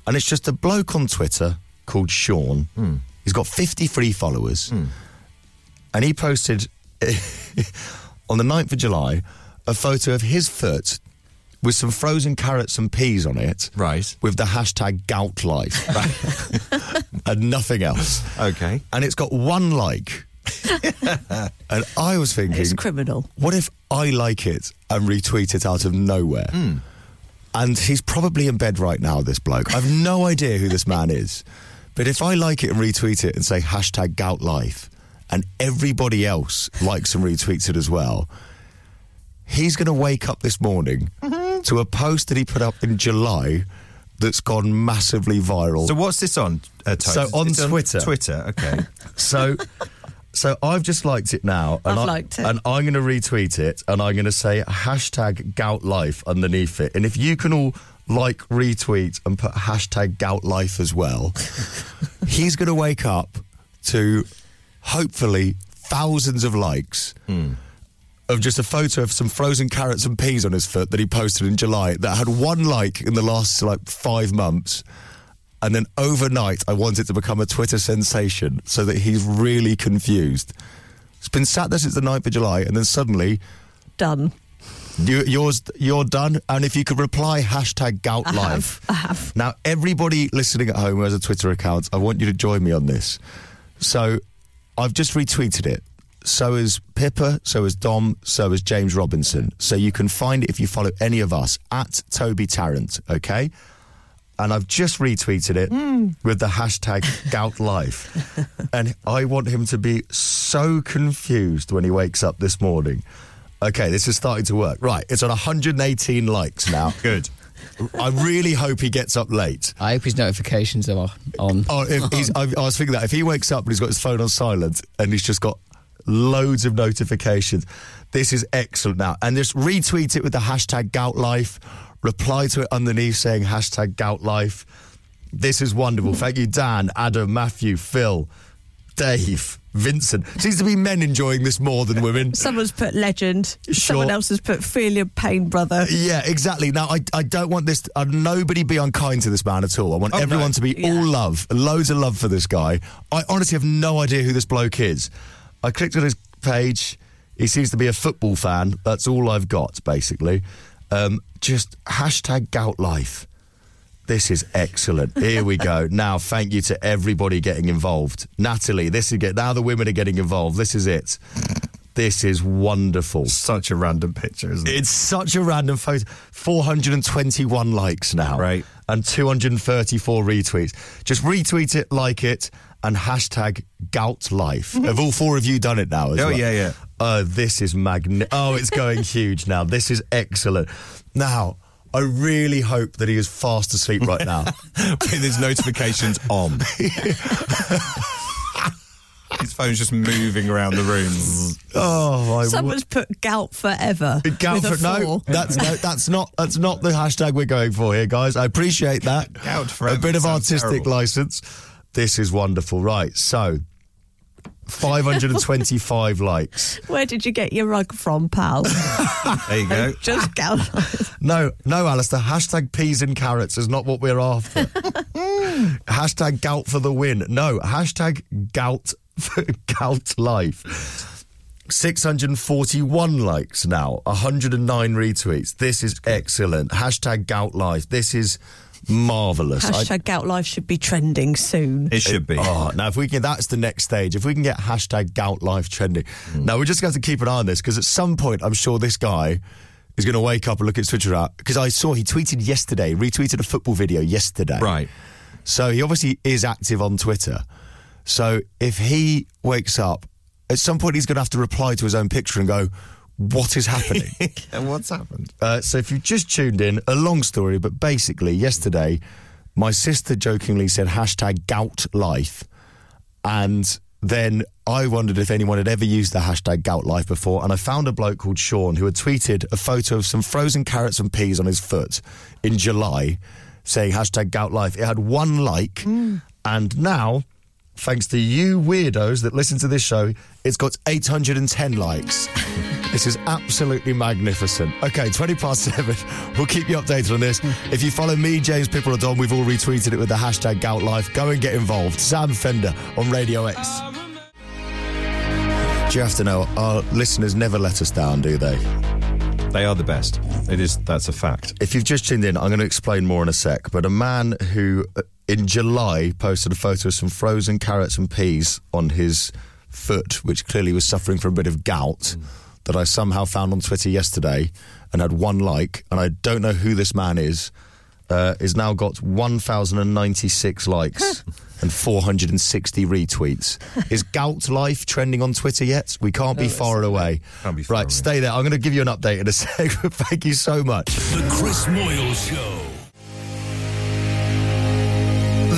Speaker 3: And it's just a bloke on Twitter called Sean.
Speaker 4: Hmm.
Speaker 3: He's got 53 followers. And he posted on the 9th of July a photo of his foot with some frozen carrots and peas on it.
Speaker 4: Right.
Speaker 3: With the hashtag gout life and nothing else.
Speaker 4: Okay.
Speaker 3: And it's got one like. and I was thinking,
Speaker 6: It's criminal.
Speaker 3: what if I like it and retweet it out of nowhere? And he's probably in bed right now, this bloke. I've no idea who this man is. But if I like it and retweet it and say hashtag gout life, and everybody else likes and retweets it as well, he's going to wake up this morning to a post that he put up in July that's gone massively viral.
Speaker 4: So what's this on? Uh, Toast?
Speaker 3: So on
Speaker 4: It's
Speaker 3: Twitter.
Speaker 4: Twitter. Okay.
Speaker 3: So, so I've just liked it now, and
Speaker 6: I've
Speaker 3: I-
Speaker 6: liked it.
Speaker 3: and I'm going to retweet it, and I'm going to say hashtag gout life underneath it. And if you can all like, retweet, and put hashtag gout life as well, he's going to wake up to hopefully thousands of likes. of just a photo of some frozen carrots and peas on his foot that he posted in July that had one like in the last like five months. And then overnight, I want it to become a Twitter sensation so that he's really confused. It's been sat there since the 9th of July, and then suddenly
Speaker 6: Done.
Speaker 3: you, yours, you're done. And if you could reply hashtag gout
Speaker 6: I
Speaker 3: live.
Speaker 6: have. I have.
Speaker 3: Now, everybody listening at home who has a Twitter account, I want you to join me on this. So, I've just retweeted it. So is Pippa, so is Dom, so is James Robinson. So you can find it if you follow any of us at Toby Tarrant, okay? And I've just retweeted it with the hashtag GoutLife. and I want him to be so confused when he wakes up this morning. Okay, this is starting to work. Right, it's on 118 likes now.
Speaker 4: Good.
Speaker 3: I really hope he gets up late.
Speaker 5: I hope his notifications are on.
Speaker 3: Oh, if he's, I, I was thinking that if he wakes up and he's got his phone on silent and he's just got loads of notifications, this is excellent now. And just retweet it with the hashtag GoutLife. Reply to it underneath saying hashtag GoutLife. This is wonderful. Thank you, Dan, Adam, Matthew, Phil, Dave, Vincent. Seems to be men enjoying this more than women.
Speaker 6: Someone's put legend. Someone
Speaker 3: Sure.
Speaker 6: else has put filial pain brother.
Speaker 3: Yeah, exactly. Now, I, I don't want this. Uh, nobody be unkind to this man at all. I want everyone to be all love, loads of love for this guy. I honestly have no idea who this bloke is. I clicked on his page. He seems to be a football fan. That's all I've got, basically. Um, just hashtag gout life. This is excellent. Here we go. Now, thank you to everybody getting involved. Natalie, this is get now the women are getting involved. This is it. This is wonderful.
Speaker 4: Such a random picture, isn't
Speaker 3: It's such a random photo. 421 likes now.
Speaker 4: Right.
Speaker 3: And 234 retweets. Just retweet it, like it, and hashtag gout life. Have all four of you done it now? As
Speaker 4: Mm-hmm. Oh,
Speaker 3: well?
Speaker 4: yeah, yeah.
Speaker 3: Oh, this is magnificent. Oh, it's going huge now. This is excellent. Now, I really hope that he is fast asleep right now.
Speaker 4: With his notifications on. his phone's just moving around the room.
Speaker 3: oh, I w-
Speaker 6: Someone's put gout forever.
Speaker 3: Gout
Speaker 6: with a
Speaker 3: for- no,
Speaker 6: four.
Speaker 3: that's no, that's not that's not the hashtag we're going for here, guys. I appreciate that.
Speaker 4: Gout forever
Speaker 3: A bit of
Speaker 4: sounds
Speaker 3: artistic
Speaker 4: terrible.
Speaker 3: license. This is wonderful. Right, so 525 likes.
Speaker 6: Where did you get your rug from, pal?
Speaker 4: There you go.
Speaker 6: Just gout.
Speaker 3: No, no, Alistair. Hashtag peas and carrots is not what we're after. hashtag gout for the win. No, hashtag gout for gout life. 641 likes now, 109 retweets. This is excellent. Hashtag gout life. This is marvelous.
Speaker 6: Hashtag gout life should be trending soon.
Speaker 4: It should be.
Speaker 3: Oh, now if we can, that's the next stage. If we can get hashtag gout life trending.
Speaker 4: Hmm.
Speaker 3: Now we're just going to keep an eye on this because at some point, I'm sure this guy is going to wake up and look at his Twitter out because I saw he tweeted yesterday, retweeted a football video yesterday.
Speaker 4: Right.
Speaker 3: So he obviously is active on Twitter. So if he wakes up, at some point he's going to have to reply to his own picture and go, "What is happening?"
Speaker 4: And what's happened?
Speaker 3: Uh, so if you just tuned in, a long story, but basically yesterday, my sister jokingly said hashtag gout life, and then I wondered if anyone had ever used the hashtag gout life before, and I found a bloke called Sean who had tweeted a photo of some frozen carrots and peas on his foot in July, saying hashtag gout life. It had one like, and now. Thanks to you weirdos that listen to this show, it's got 810 likes. This is absolutely magnificent. Okay, 20 past seven. We'll keep you updated on this. If you follow me, James Pipper or Don, we've all retweeted it with the hashtag GoutLife. Go and get involved. Sam Fender on Radio X. Do you have to know, our listeners never let us down, do they?
Speaker 4: They are the best. It is. That's a fact.
Speaker 3: If you've just tuned in, I'm going to explain more in a sec. But a man who uh, in July posted a photo of some frozen carrots and peas on his foot, which clearly was suffering from a bit of gout,
Speaker 4: Mm.
Speaker 3: that I somehow found on Twitter yesterday and had one like, and I don't know who this man is, uh, is now got 1,096 likes. And 460 retweets. Is gout life trending on Twitter yet? We can't be far away.
Speaker 4: Can't be far
Speaker 3: right,
Speaker 4: away.
Speaker 3: stay there. I'm going to give you an update in a sec. Thank you so much.
Speaker 1: The Chris Moyle Show.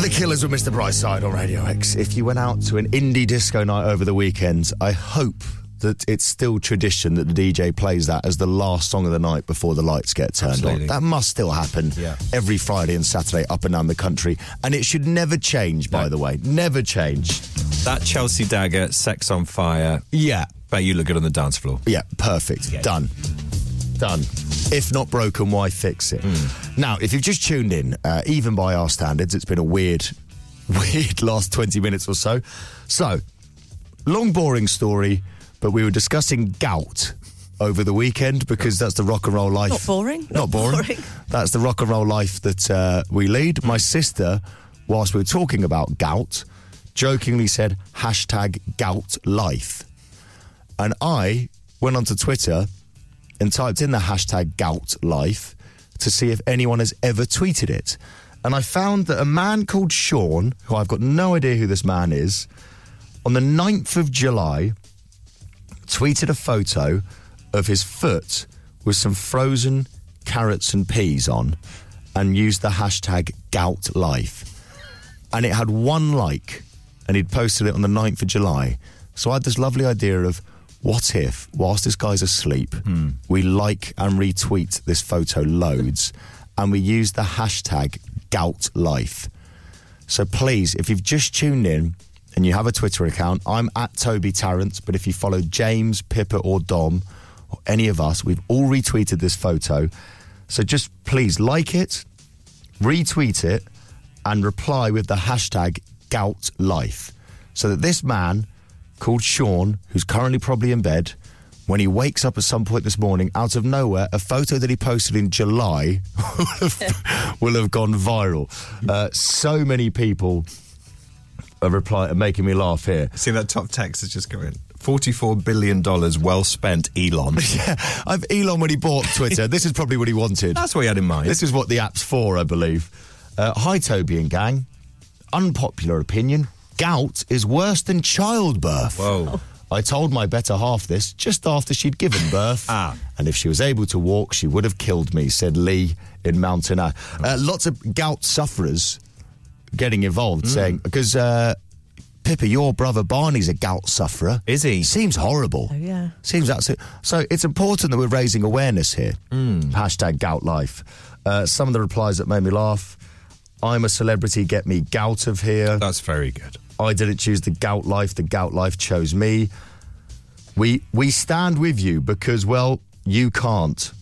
Speaker 3: The Killers with Mr. Brightside on Radio X. If you went out to an indie disco night over the weekend, I hope that it's still tradition that the DJ plays that as the last song of the night before the lights get turned
Speaker 4: Absolutely.
Speaker 3: on. That must still happen
Speaker 4: Yeah.
Speaker 3: every Friday and Saturday up and down the country. And it should never change, by the way. Never change.
Speaker 4: That Chelsea Dagger, Sex on Fire.
Speaker 3: Yeah.
Speaker 4: Bet you look good on the dance floor.
Speaker 3: Yeah, perfect. Done. Done. If not broken, why fix it? Now, if you've just tuned in, uh, even by our standards, it's been a weird, weird last 20 minutes or so. So, long, boring story, but we were discussing gout over the weekend because that's the rock and roll life.
Speaker 6: Not boring.
Speaker 3: Not,
Speaker 6: Not
Speaker 3: boring.
Speaker 6: boring.
Speaker 3: That's the rock and roll life that uh, we lead. My sister, whilst we were talking about gout, jokingly said hashtag gout life. And I went onto Twitter and typed in the hashtag gout life to see if anyone has ever tweeted it. And I found that a man called Sean, who I've got no idea who this man is, on the 9th of July tweeted a photo of his foot with some frozen carrots and peas on and used the hashtag gout life. And it had one like and he'd posted it on the 9th of July. So I had this lovely idea of what if, whilst this guy's asleep, we like and retweet this photo loads and we use the hashtag gout life. So please, if you've just tuned in and you have a Twitter account, I'm at Toby Tarrant. But if you follow James, Pippa, or Dom, or any of us, we've all retweeted this photo. So just please like it, retweet it, and reply with the hashtag gout life. So that this man called Sean, who's currently probably in bed, when he wakes up at some point this morning, out of nowhere, a photo that he posted in July will have, will have gone viral. Uh, so many people are replying, are making me laugh here.
Speaker 4: See that top text is just going. Forty-four billion dollars well spent, Elon.
Speaker 3: I've Elon when he bought Twitter. this is probably what he wanted.
Speaker 4: That's what he had in mind.
Speaker 3: This is what the app's for, I believe. Uh, hi, Toby and gang. Unpopular opinion gout is worse than childbirth.
Speaker 4: Whoa.
Speaker 3: I told my better half this just after she'd given birth.
Speaker 4: Ah.
Speaker 3: And if she was able to walk, she would have killed me, said Lee in Mountain Eye.
Speaker 4: Oh.
Speaker 3: Uh, lots of gout sufferers getting involved,
Speaker 4: Mm.
Speaker 3: saying, because uh, Pippa, your brother Barney's a gout sufferer.
Speaker 4: Is he?
Speaker 3: Seems horrible.
Speaker 6: Oh, yeah.
Speaker 3: Seems absolutely. So it's important that we're raising awareness here.
Speaker 4: Mm.
Speaker 3: Hashtag gout life. Uh, some of the replies that made me laugh. I'm a celebrity, get me gout of here.
Speaker 4: That's very good.
Speaker 3: I didn't choose the gout life. The gout life chose me. We we stand with you because well you can't.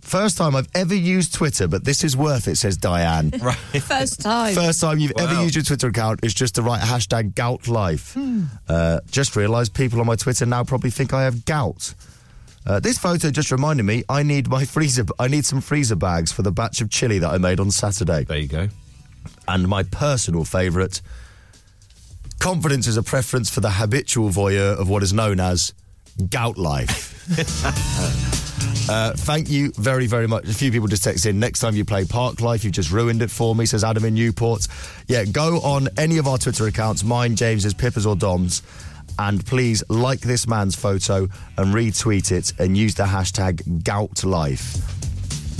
Speaker 3: First time I've ever used Twitter, but this is worth it, says Diane.
Speaker 6: First time.
Speaker 3: First time you've ever
Speaker 4: Wow.
Speaker 3: used your Twitter account is just to write hashtag gout life. Uh, just realised people on my Twitter now probably think I have gout. Uh, this photo just reminded me I need my freezer. I need some freezer bags for the batch of chili that I made on Saturday.
Speaker 4: There you go.
Speaker 3: And my personal favourite confidence is a preference for the habitual voyeur of what is known as gout life. Uh, thank you very, very much. A few people just text in. Next time you play Park Life, you've just ruined it for me, says Adam in Newport. Yeah, go on any of our Twitter accounts, mine, James's, Pippa's, or Dom's, and please like this man's photo and retweet it and use the hashtag gout life.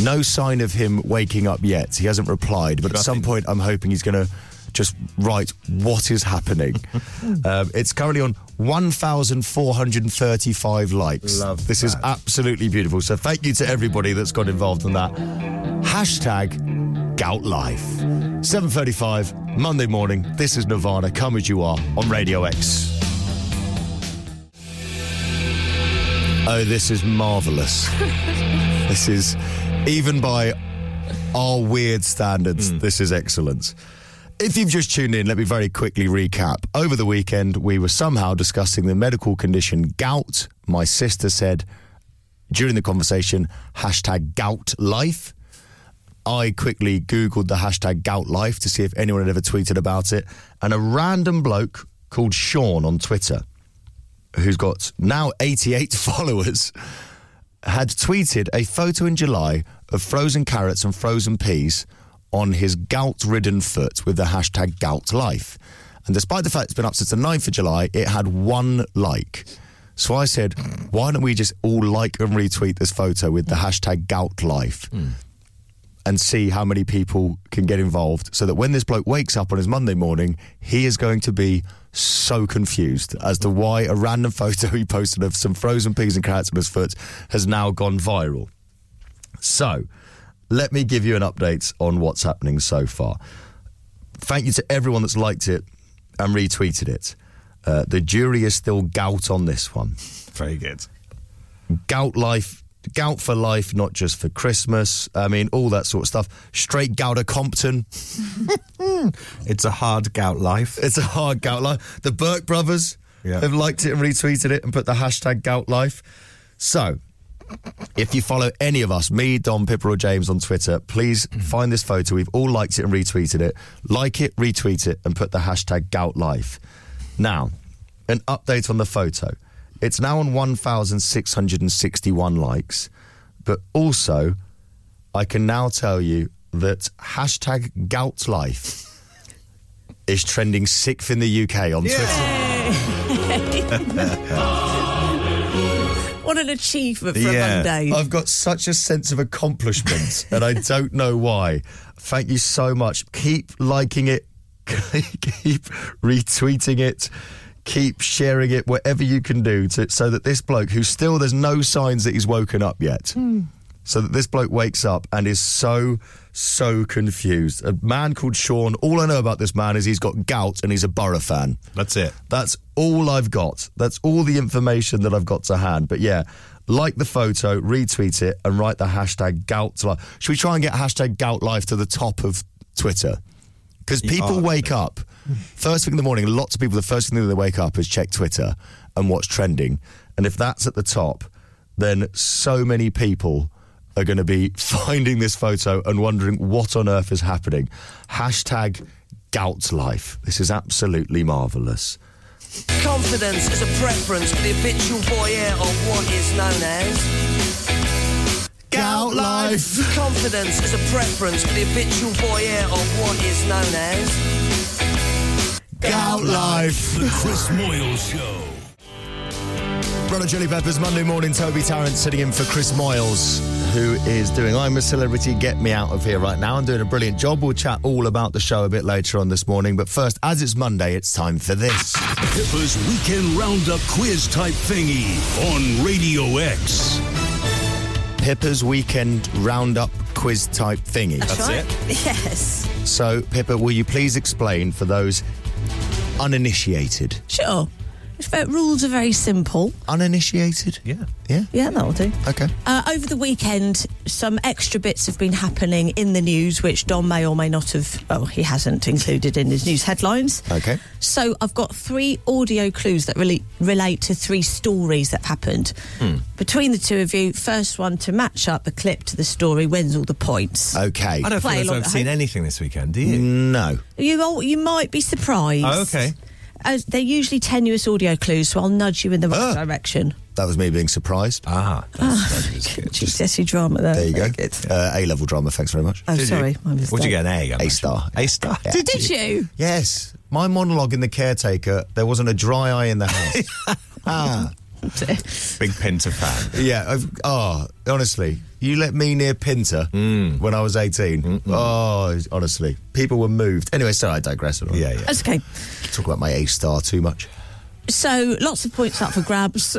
Speaker 3: No sign of him waking up yet. He hasn't replied, but at some point, I'm hoping he's going to just write what is happening. um, it's currently on 1,435 likes.
Speaker 4: Love
Speaker 3: this is
Speaker 4: that.
Speaker 3: absolutely beautiful. So thank you to everybody that's got involved in that. Hashtag gout life. 7.35, Monday morning. This is Nirvana, Come As You Are on Radio X. Oh, this is marvellous. this is, even by our weird standards, this is excellent. If you've just tuned in, let me very quickly recap. Over the weekend, we were somehow discussing the medical condition gout. My sister said during the conversation, hashtag gout life. I quickly Googled the hashtag gout life to see if anyone had ever tweeted about it. And a random bloke called Sean on Twitter, who's got now 88 followers, had tweeted a photo in July of frozen carrots and frozen peas on his gout ridden foot with the hashtag gout life. And despite the fact it's been up since the 9th of July, it had one like. So I said, why don't we just all like and retweet this photo with the hashtag gout life? and see how many people can get involved so that when this bloke wakes up on his Monday morning, he is going to be so confused as to why a random photo he posted of some frozen peas and carrots on his foot has now gone viral. So, let me give you an update on what's happening so far. Thank you to everyone that's liked it and retweeted it. Uh, the jury is still gout on this one.
Speaker 4: Very good.
Speaker 3: Gout life, gout for life, not just for Christmas. I mean, all that sort of stuff. Straight gout of Compton.
Speaker 4: It's a hard gout life.
Speaker 3: It's a hard gout life. The Burke brothers
Speaker 4: Yeah.
Speaker 3: have liked it and retweeted it and put the hashtag gout life. So, if you follow any of us, me, Don, Pipper, or James on Twitter, please find this photo. We've all liked it and retweeted it. Like it, retweet it, and put the hashtag gout life. Now, an update on the photo. It's now on 1,661 likes, but also I can now tell you that hashtag gout life is trending sixth in the UK on Twitter.
Speaker 6: What an achievement for
Speaker 4: Yeah.
Speaker 6: a Monday.
Speaker 3: I've got such a sense of accomplishment, and I don't know why. Thank you so much. Keep liking it, keep retweeting it, keep sharing it, whatever you can do, to, so that this bloke, who still there's no signs that he's woken up yet, so that this bloke wakes up and is so so confused. A man called Sean. All I know about this man is he's got gout and he's a Borough fan.
Speaker 4: That's it.
Speaker 3: That's all I've got. That's all the information that I've got to hand. But yeah, like the photo, retweet it, and write the hashtag gout life. Should we try and get hashtag gout life to the top of Twitter? Because people
Speaker 4: are-
Speaker 3: wake up first thing in the morning. Lots of people, the first thing that they wake up is check Twitter and what's trending. And if that's at the top, then so many people are going to be finding this photo and wondering what on earth is happening. Hashtag gout life. This is absolutely marvelous.
Speaker 7: Confidence is a preference for the habitual voyeur of what is known as.
Speaker 3: Gout life.
Speaker 7: Confidence is a preference for the habitual voyeur of what is known as.
Speaker 3: Gout life.
Speaker 1: The Chris Moyle Show.
Speaker 3: Brother Jelly Peppers, Monday morning, Toby Tarrant sitting in for Chris Moyles, who is doing I'm a Celebrity, Get Me Out of Here right now and doing a brilliant job. We'll chat all about the show a bit later on this morning. But first, as it's Monday, it's time for this.
Speaker 1: Pippa's weekend roundup quiz type thingy on Radio X.
Speaker 3: Pippa's Weekend Roundup quiz type thingy.
Speaker 6: right? Yes.
Speaker 3: So, Pippa, will you please explain for those uninitiated?
Speaker 6: Sure. It's very, rules are very simple.
Speaker 3: Uninitiated?
Speaker 4: Yeah.
Speaker 3: Yeah?
Speaker 6: Yeah, that'll do.
Speaker 3: Okay.
Speaker 6: Uh, over the weekend, some extra bits have been happening in the news, which Don may or may not have, well, he hasn't included in his news headlines.
Speaker 3: Okay.
Speaker 6: So I've got three audio clues that really relate to three stories that happened.
Speaker 4: Hmm.
Speaker 6: Between the two of you, first one to match up the clip to the story wins all the points.
Speaker 3: Okay.
Speaker 4: I don't
Speaker 6: Play
Speaker 4: feel as
Speaker 6: along
Speaker 4: I've
Speaker 6: at
Speaker 4: seen
Speaker 6: home.
Speaker 4: anything this weekend, do you?
Speaker 3: No.
Speaker 6: You all, you might be surprised.
Speaker 4: Oh, okay.
Speaker 6: As they're usually tenuous audio clues, so I'll nudge you in the right direction.
Speaker 3: That was me being surprised.
Speaker 4: Ah, that's, that is good.
Speaker 6: GCSE drama there.
Speaker 3: There you go.
Speaker 6: Very good.
Speaker 3: Uh, A level drama. Thanks very much.
Speaker 6: Oh,
Speaker 4: Did you?
Speaker 6: sorry. my
Speaker 4: What'd you
Speaker 6: mistake.
Speaker 4: get? An A? I'm
Speaker 3: A
Speaker 4: not
Speaker 3: star.
Speaker 4: sure. A star.
Speaker 3: Yeah.
Speaker 6: Did, did you?
Speaker 3: Yes, my monologue in The Caretaker, there wasn't a dry eye in the house. ah,
Speaker 4: Big Pinter fan.
Speaker 3: yeah. I've, oh, honestly, you let me near Pinter when I was 18. Oh, honestly, people were moved. Anyway, sorry, I digress.
Speaker 4: Yeah, yeah.
Speaker 6: That's okay.
Speaker 3: Talk about my A star too much.
Speaker 6: So lots of points up for grabs.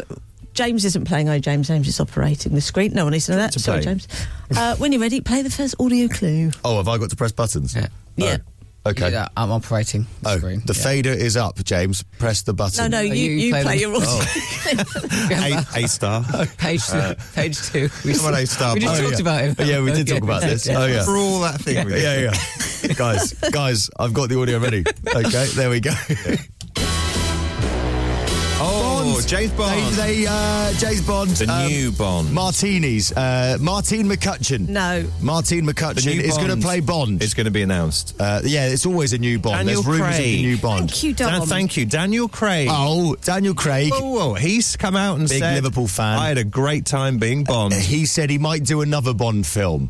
Speaker 6: James isn't playing. Oh, James, James is operating the screen. No one needs to know that.
Speaker 4: To
Speaker 6: Sorry,
Speaker 4: play.
Speaker 6: James. Uh, when you're ready, play the first audio clue.
Speaker 3: Oh, have I got to press buttons?
Speaker 5: Yeah.
Speaker 3: Oh,
Speaker 6: Yeah.
Speaker 3: Okay.
Speaker 5: Yeah, I'm operating the
Speaker 3: Oh,
Speaker 5: screen.
Speaker 3: the
Speaker 5: yeah.
Speaker 3: fader is up, James. Press the
Speaker 6: No,
Speaker 3: button.
Speaker 6: no, you,
Speaker 5: you-
Speaker 6: you,
Speaker 5: you
Speaker 6: play,
Speaker 5: play them.
Speaker 6: your audio.
Speaker 4: Oh, A, a star.
Speaker 5: Page two.
Speaker 3: Uh,
Speaker 5: page two. We,
Speaker 3: Come on, A star.
Speaker 5: we just
Speaker 3: Oh,
Speaker 5: talked
Speaker 3: yeah.
Speaker 5: about him.
Speaker 3: Yeah, we did
Speaker 5: Okay.
Speaker 3: talk about this. Oh, yeah.
Speaker 4: For all that thing. we did.
Speaker 3: Yeah, yeah. guys, guys, I've got the audio ready. Okay, there we go.
Speaker 4: Oh, James Bond.
Speaker 3: They, they, uh, James Bond.
Speaker 4: The new Bond.
Speaker 3: Martinis. Uh, Martine McCutcheon.
Speaker 6: No.
Speaker 3: Martine
Speaker 4: The
Speaker 3: McCutcheon
Speaker 4: new
Speaker 3: is going to
Speaker 4: Bond
Speaker 3: play Bond.
Speaker 4: It's going to be announced.
Speaker 3: uh, yeah, it's always a new Bond.
Speaker 4: Daniel
Speaker 3: There's rumours of
Speaker 4: Craig.
Speaker 3: a new Bond.
Speaker 6: Thank you,
Speaker 4: Dan,
Speaker 6: Dom.
Speaker 4: thank you, Daniel Craig.
Speaker 3: Oh, Daniel Craig.
Speaker 4: Whoa, whoa, he's come out and
Speaker 3: Big
Speaker 4: said,
Speaker 3: Liverpool fan.
Speaker 4: I had a great time being Bond.
Speaker 3: He said he might do another Bond film.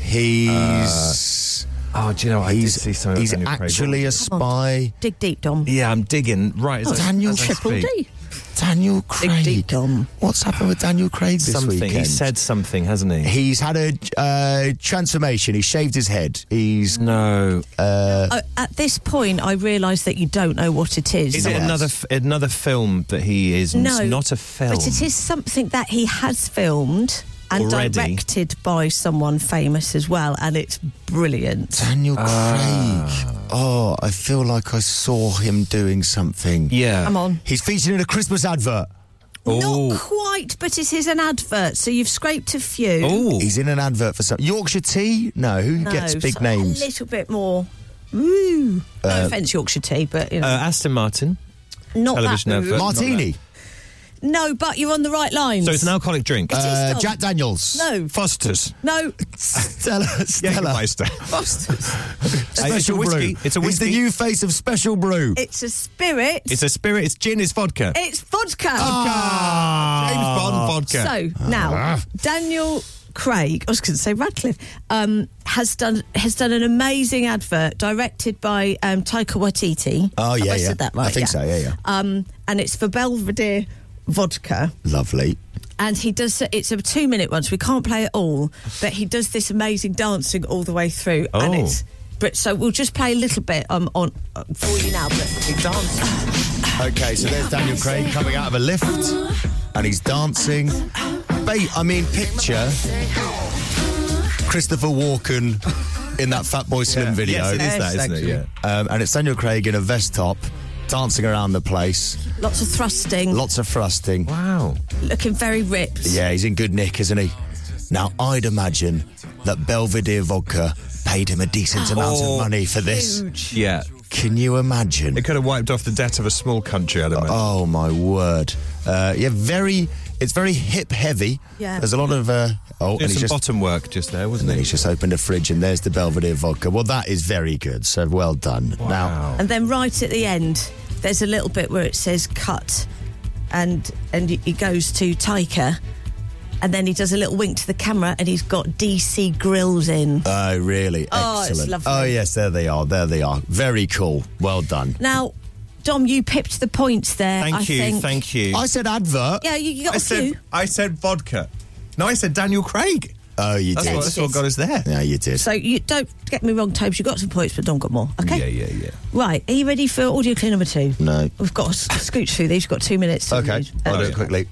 Speaker 3: He's.
Speaker 4: oh, do you know? what? I did
Speaker 3: he's
Speaker 4: see something about
Speaker 3: he's
Speaker 4: Daniel Craig.
Speaker 3: actually a
Speaker 6: Come on.
Speaker 3: spy.
Speaker 6: Dig deep, Dom.
Speaker 4: Yeah, I'm digging. Right, as I-
Speaker 3: Daniel
Speaker 4: as I
Speaker 6: Oh, Triple
Speaker 4: speak.
Speaker 6: D.
Speaker 3: Daniel Craig.
Speaker 6: deep Dom.
Speaker 3: What's happened with Daniel Craig this
Speaker 4: Something.
Speaker 3: weekend?
Speaker 4: He said something, hasn't he?
Speaker 3: He's had a uh, transformation. He shaved his head. He's
Speaker 4: no.
Speaker 6: Uh, at this point, I realise that you don't know what it is.
Speaker 4: Is it
Speaker 3: Yes.
Speaker 4: another f- another film that he is?
Speaker 6: No,
Speaker 4: It's not a film.
Speaker 6: But it is something that he has filmed and
Speaker 4: already.
Speaker 6: directed by someone famous as well, and it's brilliant.
Speaker 3: Daniel Craig.
Speaker 4: Ah.
Speaker 3: Oh, I feel like I saw him doing something.
Speaker 4: Yeah.
Speaker 6: Come on.
Speaker 3: He's featured in a Christmas advert.
Speaker 4: Ooh.
Speaker 6: Not quite, but it is an advert, so you've scraped a few.
Speaker 4: Ooh.
Speaker 3: He's in an advert for something. Yorkshire Tea? No, who
Speaker 6: No,
Speaker 3: gets big
Speaker 6: so
Speaker 3: names?
Speaker 6: A little bit more. Ooh. No offence, Yorkshire Tea, but you know,
Speaker 4: Uh, Aston Martin.
Speaker 6: not that.
Speaker 4: television advert.
Speaker 3: Martini.
Speaker 6: No, but you're on the right lines.
Speaker 4: So it's an alcoholic drink.
Speaker 6: It is
Speaker 3: Uh,
Speaker 6: not.
Speaker 3: Jack Daniels.
Speaker 6: No.
Speaker 4: Foster's.
Speaker 6: No,
Speaker 3: Stella. Stella.
Speaker 4: Jägermeister.
Speaker 3: Special
Speaker 4: It's a whiskey.
Speaker 3: brew.
Speaker 4: It's a
Speaker 3: He's the
Speaker 4: whiskey.
Speaker 3: new face of Special Brew.
Speaker 6: it's a spirit.
Speaker 4: It's a spirit. It's gin. It's vodka.
Speaker 6: It's vodka.
Speaker 3: Ah,
Speaker 4: James Bond vodka.
Speaker 6: So
Speaker 4: Ah.
Speaker 6: now, Daniel Craig, I was going to say Radcliffe, um, has done has done an amazing advert directed by um, Taika Waititi.
Speaker 3: Oh,
Speaker 6: Have
Speaker 3: yeah,
Speaker 6: I
Speaker 3: yeah.
Speaker 6: said that right.
Speaker 3: I think so, yeah, yeah.
Speaker 6: Um, and it's for Belvedere vodka,
Speaker 3: Lovely.
Speaker 6: and he does. It's a two minute one, so we can't play it all. But he does this amazing dancing all the way through, and
Speaker 4: Oh.
Speaker 6: it's. But so we'll just play a little bit um, on uh, for you now. But
Speaker 3: Okay, so there's Daniel Craig coming out of a lift and he's dancing. Ba- I mean, picture Christopher Walken in that Fat Boy Slim video.
Speaker 4: Yes, it is that, isn't it?
Speaker 5: Actually.
Speaker 4: Yeah.
Speaker 3: Um, and it's Daniel Craig in a vest top dancing around the place.
Speaker 6: lots of thrusting,
Speaker 3: Lots of thrusting.
Speaker 4: Wow.
Speaker 6: looking very ripped.
Speaker 3: Yeah, he's in good nick, isn't he? Now, I'd imagine that Belvedere Vodka paid him a decent amount
Speaker 4: Oh.
Speaker 3: of money for this.
Speaker 4: Yeah.
Speaker 3: Can you imagine?
Speaker 4: It could have wiped off the debt of a small country, I'd imagine.
Speaker 3: Oh my word! Uh, yeah, very. It's very hip heavy.
Speaker 6: Yeah.
Speaker 3: There's a lot of. Uh, oh, and
Speaker 4: Did
Speaker 3: he's
Speaker 4: some
Speaker 3: just.
Speaker 4: bottom work just there, wasn't
Speaker 3: and then
Speaker 4: it?
Speaker 3: he's just opened a fridge, and there's the Belvedere vodka. Well, that is very good. So well done. Now,
Speaker 6: And then right at the end, there's a little bit where it says cut, and and he goes to Taika, and then he does a little wink to the camera, and he's got DC grills in.
Speaker 4: Uh,
Speaker 3: oh really?
Speaker 6: Oh, it's
Speaker 3: Excellent.
Speaker 6: lovely.
Speaker 3: Oh yes, there they are. There they are. Very cool. Well done.
Speaker 6: Now, Dom, you pipped the points there.
Speaker 4: Thank
Speaker 6: I
Speaker 4: you,
Speaker 6: think.
Speaker 4: thank you.
Speaker 3: I said advert.
Speaker 6: Yeah, you, you got
Speaker 4: I
Speaker 6: a few.
Speaker 4: said, I said vodka. No, I said Daniel Craig.
Speaker 3: Oh, you
Speaker 4: That's,
Speaker 3: did.
Speaker 4: what, that's what got us there.
Speaker 3: Yeah, you did.
Speaker 6: So you don't get me wrong, Tobes. You got some points, but Dom got more. Okay.
Speaker 4: yeah, yeah.
Speaker 6: Right. Are you ready for audio clue number two?
Speaker 3: No.
Speaker 6: We've got to s- scoot through these. You've got two minutes. To
Speaker 3: Okay, Mm-hmm.
Speaker 6: read.
Speaker 3: I'll
Speaker 6: Uh,
Speaker 3: do it quickly.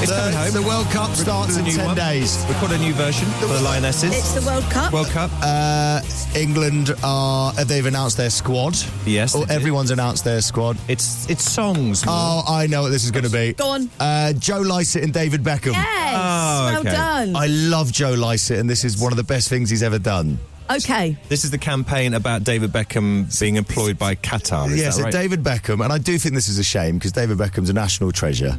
Speaker 4: It's coming home.
Speaker 3: The World Cup starts in
Speaker 4: New
Speaker 3: ten
Speaker 4: one.
Speaker 3: days.
Speaker 4: We caught a new version for the Lionesses.
Speaker 6: It's the World Cup.
Speaker 4: World Cup.
Speaker 3: Uh, England are. They've announced their squad.
Speaker 4: Yes,
Speaker 3: Oh,
Speaker 4: they did.
Speaker 3: everyone's announced their squad.
Speaker 4: it's it's songs.
Speaker 3: Oh, I know what this is going to be.
Speaker 6: Go on.
Speaker 3: Uh, Joe Lycett and David Beckham.
Speaker 6: yes.
Speaker 3: Ah,
Speaker 4: Oh,
Speaker 6: well
Speaker 4: okay.
Speaker 6: done.
Speaker 3: I love Joe Lycett, and this is one of the best things he's ever done.
Speaker 6: okay.
Speaker 4: This is the campaign about David Beckham being employed by Qatar. Is
Speaker 3: yeah, so
Speaker 4: that right?
Speaker 3: David Beckham, and I do think this is a shame because David Beckham's a national treasure,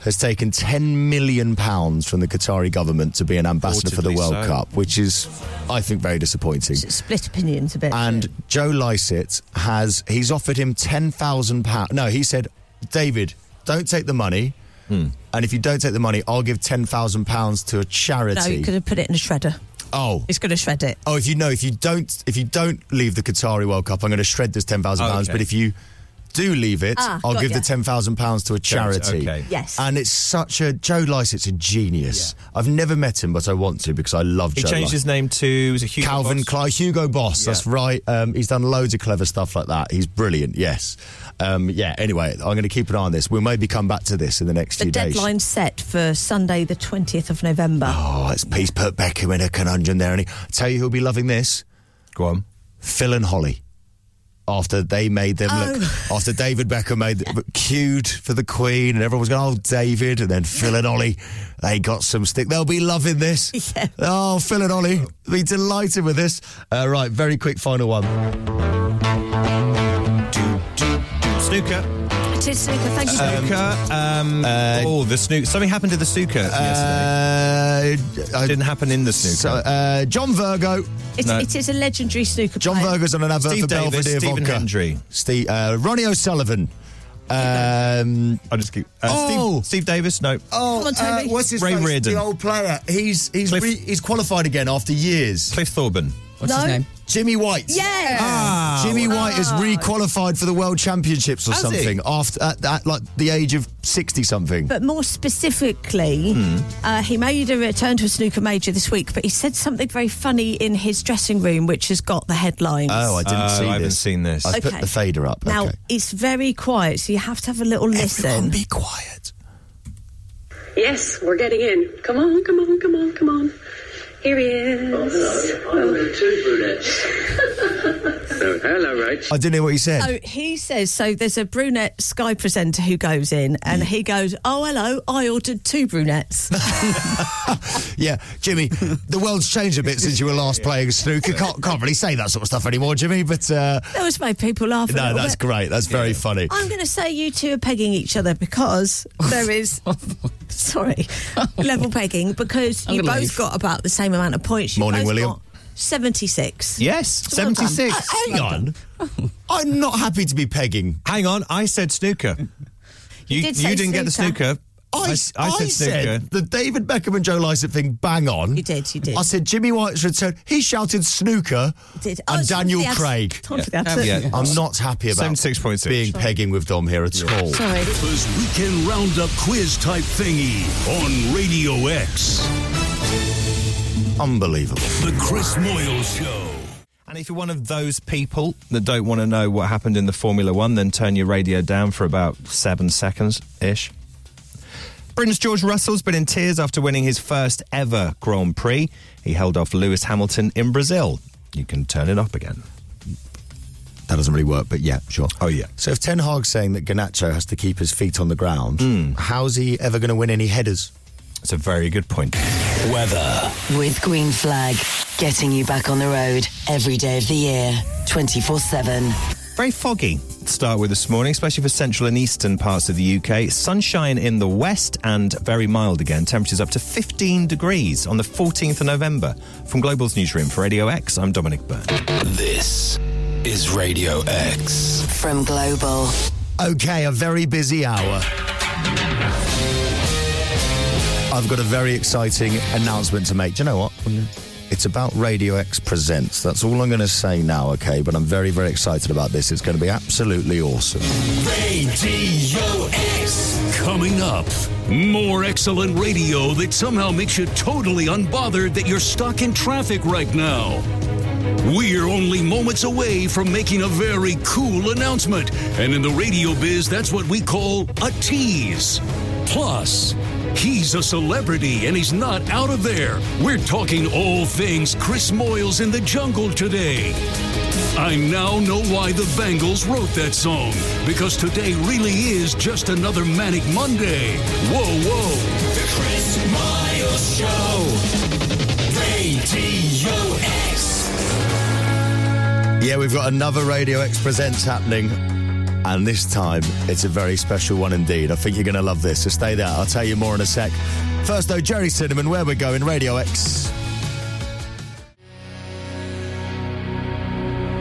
Speaker 3: has taken £10 million from the Qatari government to be an ambassador for the
Speaker 4: Reportedly
Speaker 3: World
Speaker 4: so.
Speaker 3: Cup, which is, I think, very disappointing.
Speaker 6: Split opinions a bit.
Speaker 3: And Joe Lycett has, he's offered him £10,000. No, he said, David, don't take the money.
Speaker 4: Hmm.
Speaker 3: And if you don't take the money, I'll give £10,000 to a charity.
Speaker 6: No, you could have put it in a shredder.
Speaker 3: Oh.
Speaker 6: It's going to shred it.
Speaker 3: Oh, if you know, if you don't, if you don't leave the Qatari World Cup, I'm going to shred this ten thousand pounds.
Speaker 4: Oh, Okay.
Speaker 3: But if you do leave it,
Speaker 6: Ah,
Speaker 3: I'll
Speaker 6: got
Speaker 3: give
Speaker 6: ya.
Speaker 3: the ten thousand pounds to a
Speaker 4: Charity,
Speaker 3: charity.
Speaker 4: okay.
Speaker 6: Yes.
Speaker 3: And it's such a Joe Lycett's a genius. I've never met him, but I want to because I love.
Speaker 4: he
Speaker 3: Joe
Speaker 4: changed
Speaker 3: Lycett.
Speaker 4: his name to was it Hugo
Speaker 3: Calvin
Speaker 4: Boss?
Speaker 3: Klein, Hugo Boss.
Speaker 4: Yeah.
Speaker 3: That's right. Um, he's done loads of clever stuff like that. He's brilliant. Yes. Um, yeah. Anyway, I'm going to keep an eye on this. We'll maybe come back to this in the next
Speaker 6: The
Speaker 3: few days.
Speaker 6: deadline set for Sunday, the 20th of November.
Speaker 3: Oh, it's he's put Beckham in a conundrum there, and he tell you who'll be loving this.
Speaker 4: Go on.
Speaker 3: Phil and Holly. After they made them look,
Speaker 6: Oh.
Speaker 3: after David Beckham made them cued for the Queen, and everyone was going, "Oh, David!" And then Phil and Ollie, they got some stick. They'll be loving this. Oh, Phil and Ollie, be delighted with this. Uh, right, very quick final one.
Speaker 4: Snooker.
Speaker 3: Oh.
Speaker 6: It is snooker. Thank
Speaker 3: Um,
Speaker 6: you.
Speaker 4: Snooker. Um, oh, the snooker. Something happened to the snooker yesterday.
Speaker 3: Uh, I-
Speaker 4: Didn't happen in the
Speaker 3: so,
Speaker 4: snooker.
Speaker 3: uh, John Virgo,
Speaker 6: It-
Speaker 4: no.
Speaker 6: it is a legendary snooker
Speaker 3: John
Speaker 6: player.
Speaker 3: Virgo's on an advert
Speaker 4: Steve
Speaker 3: for
Speaker 4: Davis,
Speaker 3: uh, Belvedere
Speaker 4: Stephen
Speaker 3: Vodka.
Speaker 4: Hendry.
Speaker 3: Steve, uh, Ronnie O'Sullivan. Um,
Speaker 4: I'll just keep. Uh,
Speaker 3: Oh!
Speaker 4: Steve, Steve Davis. No.
Speaker 3: Oh,
Speaker 6: Come on, Toby.
Speaker 3: uh, what's his
Speaker 4: Ray
Speaker 3: face?
Speaker 4: Reardon.
Speaker 3: The old player. He's he's
Speaker 4: Cliff-
Speaker 3: re- he's qualified again after years.
Speaker 4: Cliff Thorburn.
Speaker 5: What's
Speaker 6: No.
Speaker 5: his name?
Speaker 3: Jimmy White.
Speaker 6: Yeah.
Speaker 3: Jimmy White has re-qualified for the World Championships or
Speaker 4: Ah. Has he?
Speaker 3: something after at, at like the age of sixty something.
Speaker 6: But more specifically,
Speaker 3: Hmm.
Speaker 6: uh, he made a return to a snooker major this week, but he said something very funny in his dressing room, which has got the headlines.
Speaker 3: oh, I didn't
Speaker 4: Oh,
Speaker 3: see
Speaker 4: I
Speaker 3: this.
Speaker 4: haven't seen this.
Speaker 3: I've put
Speaker 6: Okay.
Speaker 3: the fader up.
Speaker 6: Now,
Speaker 3: okay.
Speaker 6: it's very quiet, so you have to have a little listen.
Speaker 3: be quiet.
Speaker 8: Yes, we're getting in. Come on, come on, come on, come on. Here he is.
Speaker 10: Oh, hello, Rach.
Speaker 11: I don't know what he said.
Speaker 6: So he says, so there's a brunette Sky presenter who goes in and he goes, oh, hello, I ordered two brunettes.
Speaker 3: Yeah, Jimmy, the world's changed a bit since you were last playing snooker. Can't, can't really say that sort of stuff anymore, Jimmy, but. Uh,
Speaker 6: that was made people laugh. a
Speaker 3: no,
Speaker 6: little
Speaker 3: that's
Speaker 6: bit.
Speaker 3: great. That's very funny.
Speaker 6: I'm going to say you two are pegging each other because there is, sorry, level pegging because
Speaker 4: I'm
Speaker 6: you
Speaker 4: gonna
Speaker 6: both
Speaker 4: leave.
Speaker 6: got about the same amount of points. You
Speaker 3: Morning,
Speaker 6: both
Speaker 3: William.
Speaker 6: got 76.
Speaker 4: Yes,
Speaker 6: Well done.
Speaker 4: 76.
Speaker 6: Uh, hang on.
Speaker 3: I'm not happy to be pegging.
Speaker 4: Hang on, I said snooker. You,
Speaker 6: did say
Speaker 4: you didn't get the snooker.
Speaker 3: I,
Speaker 4: I said
Speaker 3: I
Speaker 4: snooker.
Speaker 3: said the David Beckham and Joe Lycett thing, bang on. You
Speaker 6: did, you did.
Speaker 3: I said Jimmy White's return. He shouted snooker
Speaker 6: did. Oh,
Speaker 3: and
Speaker 6: it's time for
Speaker 3: Daniel
Speaker 6: the abs-
Speaker 3: Craig.
Speaker 6: time for the Yeah. abs- Yeah.
Speaker 3: I'm not happy about being pegging with Dom here at all.
Speaker 1: Clipper's weekend roundup quiz type thingy on Radio X.
Speaker 3: Unbelievable.
Speaker 1: The Chris Moyle Show.
Speaker 4: And if you're one of those people that don't want to know what happened in the Formula One, then turn your radio down for about seven seconds ish. Britain's George Russell's been in tears after winning his first ever Grand Prix. He held off Lewis Hamilton in Brazil. You can turn it up again.
Speaker 3: That doesn't really work, but yeah, sure.
Speaker 4: Oh, yeah.
Speaker 3: So if Ten Hag's saying that Ganacho has to keep his feet on the ground, how's he ever going to win any headers?
Speaker 4: It's a very good point.
Speaker 3: Weather.
Speaker 2: With Green Flag, getting you back on the road every day of the year, 24 7.
Speaker 4: Very foggy. to Start with this morning, especially for central and eastern parts of the UK. Sunshine in the west and very mild again. Temperatures up to 15 degrees on the 14th of November. From Global's newsroom for Radio X, I'm Dominic Byrne.
Speaker 12: This is Radio X.
Speaker 2: From Global.
Speaker 3: Okay, a very busy hour. I've got a very exciting announcement to make. Do you know what? It's about Radio X Presents. That's all I'm going to say now, okay? But I'm very, very excited about this. It's going to be absolutely awesome.
Speaker 1: Radio X. Coming up, more excellent radio that somehow makes you totally unbothered that you're stuck in traffic right now. We're only moments away from making a very cool announcement, and in the radio biz, that's what we call a tease. Plus, he's a celebrity and he's not out of there. We're talking all things Chris Moyles in the jungle today. I now know why the Bangles wrote that song, because today really is just another Manic Monday. Whoa, whoa.
Speaker 12: The Chris Miles Show. Radio X.
Speaker 3: Yeah, we've got another Radio X Presents happening. And this time, it's a very special one indeed. I think you're going to love this. So stay there. I'll tell you more in a sec. First, though, Jerry Cinnamon, where we're going, Radio X.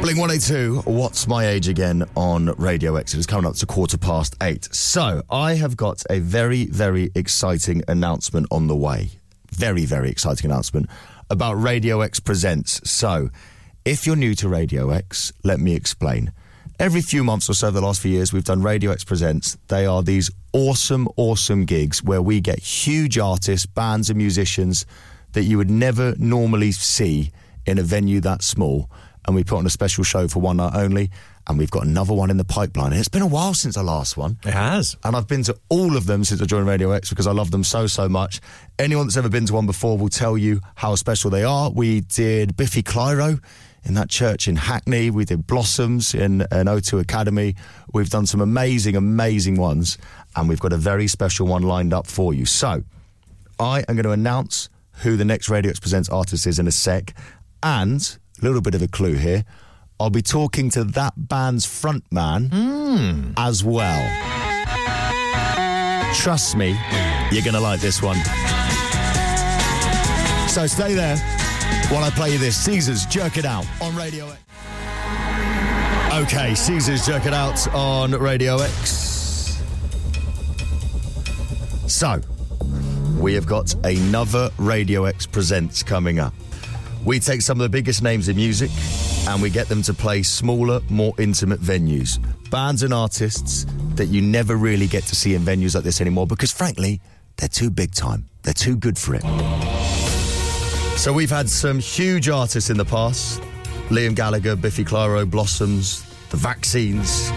Speaker 3: Bling 182, What's My Age Again on Radio X. It is coming up to quarter past eight. So, I have got a very, very exciting announcement on the way. Very, very exciting announcement about Radio X Presents. So, if you're new to Radio X, let me explain. Every few months or so, the last few years, we've done Radio X Presents. They are these awesome, awesome gigs where we get huge artists, bands, and musicians that you would never normally see in a venue that small. And we put on a special show for one night only. And we've got another one in the pipeline. And it's been a while since the last one. It
Speaker 4: has.
Speaker 3: And I've been to all of them since I joined Radio X because I love them so, so much. Anyone that's ever been to one before will tell you how special they are. We did Biffy Clyro in that church in Hackney. We did Blossoms in an O2 Academy. We've done some amazing, amazing ones. And we've got a very special one lined up for you. So, I am going to announce who the next Radio X Presents artist is in a sec. And a little bit of a clue here. I'll be talking to that band's front man as well. Trust me, you're going to like this one. So stay there while I play you this. Caesars, jerk it out on Radio X. Okay, Caesars, jerk it out on Radio X. So, we have got another Radio X Presents coming up. We take some of the biggest names in music and we get them to play smaller, more intimate venues. Bands and artists that you never really get to see in venues like this anymore because, frankly, they're too big time. They're too good for it. So we've had some huge artists in the past Liam Gallagher, Biffy Clyro, Blossoms, The Vaccines.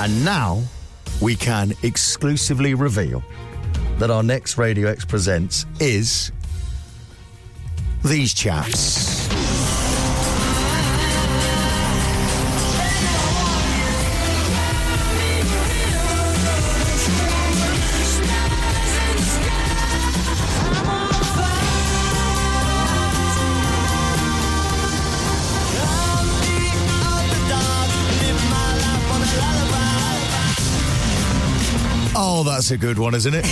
Speaker 3: And now we can exclusively reveal that our next Radio X Presents is these chaps. Oh, that's a good one, isn't it?